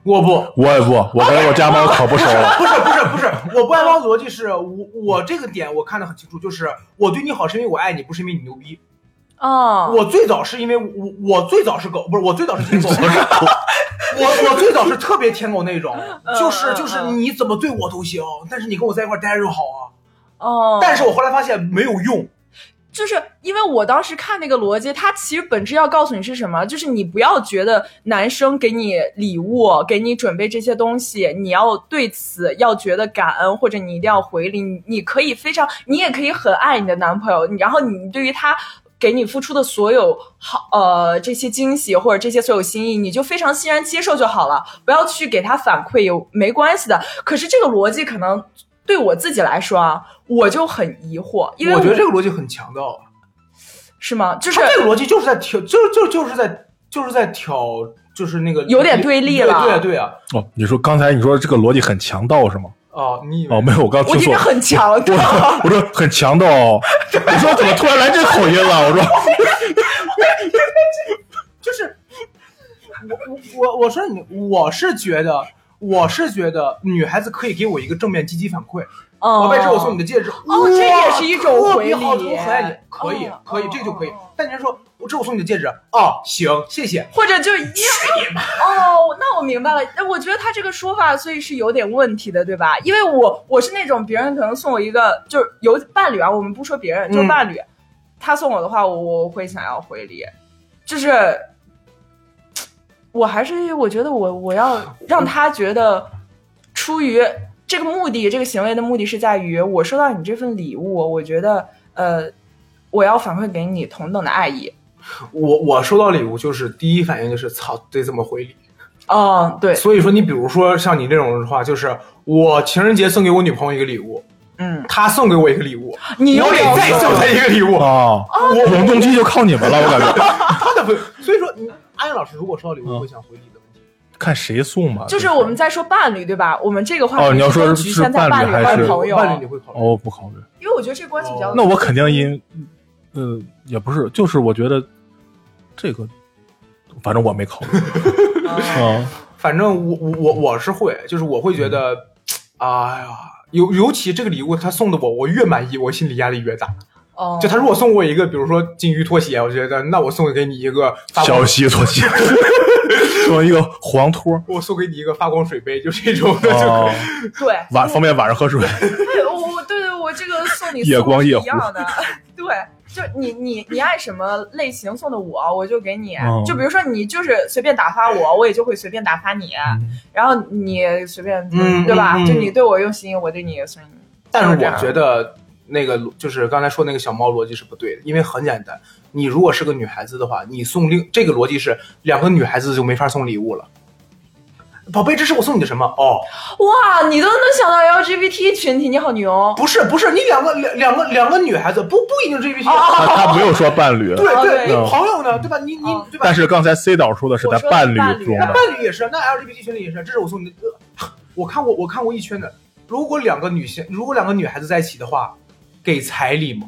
我不，
我也不，我给我家猫可不收了。
不是不是不是，我不爱猫的逻辑是我我这个点我看得很清楚，就是我对你好是因为我爱你，不是因为你牛逼。
啊，
我最早是因为我我最早是狗，不是我最早是舔 狗， 我我最早是特别舔狗那种，就是
嗯
就是
嗯
你怎么对我都行，但是你跟我在一块儿待着就好啊。
哦，
但是我后来发现没有用，
就是因为我当时看那个逻辑，它其实本质要告诉你是什么，就是你不要觉得男生给你礼物、给你准备这些东西，你要对此要觉得感恩，或者你一定要回礼。你你可以非常，你也可以很爱你的男朋友，你然后你对于他。给你付出的所有好呃这些惊喜或者这些所有心意，你就非常欣然接受就好了，不要去给他反馈，有没关系的。可是这个逻辑可能对我自己来说啊，我就很疑惑，因为
我觉得这个逻辑很强的，哦
是吗？就是
他这个逻辑就是在挑，就就就是在就是在挑，就是那个
有点对立了
对对对啊，
哦，你说刚才你说这个逻辑很强盗是吗？
哦，你以为
哦，没有，我刚
我
听
听
错
着
了。
很强的，
我说很强盗、哦，我说怎么突然来这口音了？我说
就是 我我我我说你，我是觉得。我是觉得女孩子可以给我一个正面积极反馈，
宝
宝贝，这是我送你的戒指，
哦这也是一种回礼
哦特别好我很爱你，可以
哦，
可以，这个就可以
哦哦。
但人家说，我这是我送你的戒指，哦，行，谢谢。
或者就因为哦，那我明白了。哎我觉得他这个说法，所以是有点问题的，对吧？因为我我是那种别人可能送我一个，就是有伴侣啊，我们不说别人，就
嗯
伴侣，他送我的话，我我会想要回礼，就是我还是我觉得我我要让他觉得出于这个目的，这个行为的目的是在于我收到你这份礼物，我觉得呃，我要反馈给你同等的爱意。
我我收到礼物就是第一反应就是操，得怎么回礼？
嗯，对，
所以说，你比如说像你这种的话，就是我情人节送给我女朋友一个礼物，
嗯，
她送给我一个礼物，
你又
我得
聊
再
了
送她一个礼物，
啊，永动机就靠你们了，我感觉。
他的朋友，所以说，嗯阿燕老师如果收到礼物
嗯
会想回礼的问题，
看谁送嘛。
就是我们在说伴侣对吧？我们这个话
哦你要说
只能
是
局限在
伴侣
侣
还是
朋友，
伴侣你哦会考虑？
哦，不考虑。
因为我觉得这关系比较
那我肯定因，呃，也不是，就是我觉得这个，反正我没考虑
嗯
啊。
反正我我我我是会，就是我会觉得，
嗯
哎呀，尤尤其这个礼物他送的我，我越满意，我心里压力越大。
哦，
嗯就他如果送我一个，比如说金鱼拖鞋，我觉得那我送给你一个发光
小，西拖鞋，做一个黄托
我送给你一个发光水杯，就这种 的就可
啊
以。，
对
晚方便晚上喝 水。
对，我我对对，我这个送你
夜光夜
送是一样的，对，就你你你爱什么类型送的我，我就给你。
哦
就比如说你就是随便打发我，我也就会随便打发你，
嗯
然后你随便、
嗯
对吧？
嗯嗯
就你对我用心，我对你也送你。
但是
这样
我觉得那个就是刚才说那个小猫逻辑是不对的，因为很简单，你如果是个女孩子的话，你送另这个逻辑是两个女孩子就没法送礼物了。宝贝，这是我送你的什么？哦，
哇，你都能想到 LGBT 群体，你好牛！
不是，不是，你两个两两个两个女孩子，不不一定是 LGBT，、
他他没有说伴侣，
对
哦
哦对，
对
你朋友呢，对吧？你你
哦
对吧？
但是刚才 C 导说的是在伴侣中
那
的，
伴侣也是，那 LGBT 群体也是，这是我送你的。呃我看过，我看过一圈的，如果两个女性，如果两个女孩子在一起的话，给彩礼吗？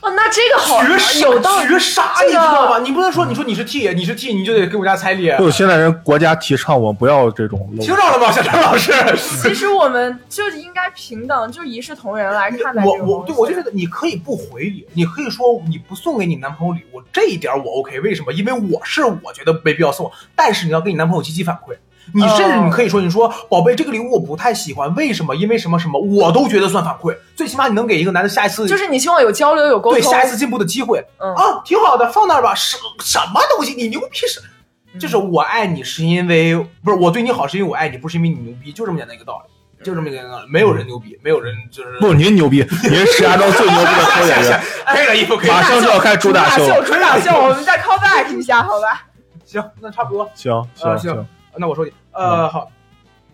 哦，那这个好
绝杀，
有道理，
绝杀，
这个
你知道吗？你不能说你说你是 T，你是 T，你就得给我家彩礼。
就是现在人国家提倡我们不要这种
听着了吗，小张老师？
其实我们就应该平等，就一视同仁来看待这
我
个
我
东
对
西
我就觉得你可以不回礼，你可以说你不送给你男朋友礼物，这一点我 OK。为什么？因为我是我觉得没必要送，但是你要跟你男朋友积极反馈。你甚至
哦
你可以说，你说宝贝，这个礼物我不太喜欢，为什么？因为什么什么，我都觉得算反馈。最起码你能给一个男的下一次
就是你希望有交流，有沟
对
通，
下一次进步的机会。
嗯
啊，挺好的，放那儿吧。什什么东西？你牛逼是？
嗯
就是我爱你是因为不是我对你好，是因为我爱你，不是因为你牛逼，就这么简单一个道理，就这么简单一个道理。没有人牛逼，没有人就是
不，您牛逼，您石家庄最牛逼 的脱演员，
这个衣服可以
马上就要开主
主
打
打
秀了。
主打秀，我们再 call back 一下，好吧？
行，那差不多，
行
啊
行嗯
行
行，
那我收你。呃，好，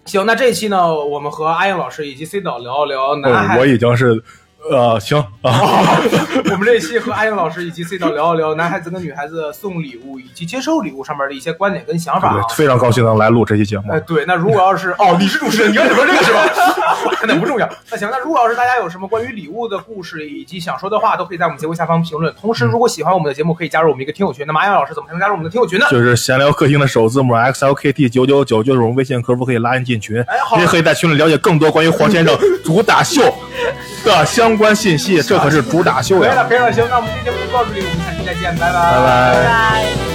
行，那这一期呢，我们和阿英老师以及 C 导聊一聊男
嗯
孩
我。已经是，呃，行啊，
我们这一期和阿英老师以及 C 导聊一聊男孩子跟女孩子送礼物以及接收礼物上面的一些观点跟想法啊。
对，非常高兴能来录这期节目
哎，。对，那如果要是哦，你是主持人，你刚才说这个是吧？ 那不重要。那行，那如果要是大家有什么关于礼物的故事以及想说的话，都可以在我们节目下方评论。
嗯
同时，如果喜欢我们的节目，可以加入我们一个听友群。那马阳老师怎么才能加入我们的听友群呢？
就是闲聊克星的首字母啊 X L K T 九九九，就是我们微信客服可以拉您进群，
哎好
您也可以在群里了解更多关于黄先生主打秀的相关信息，这可是主打秀
可以
呀！
了，可以了，行，那我们这期节目就到这里，我们下期再见，拜拜
拜拜
拜拜。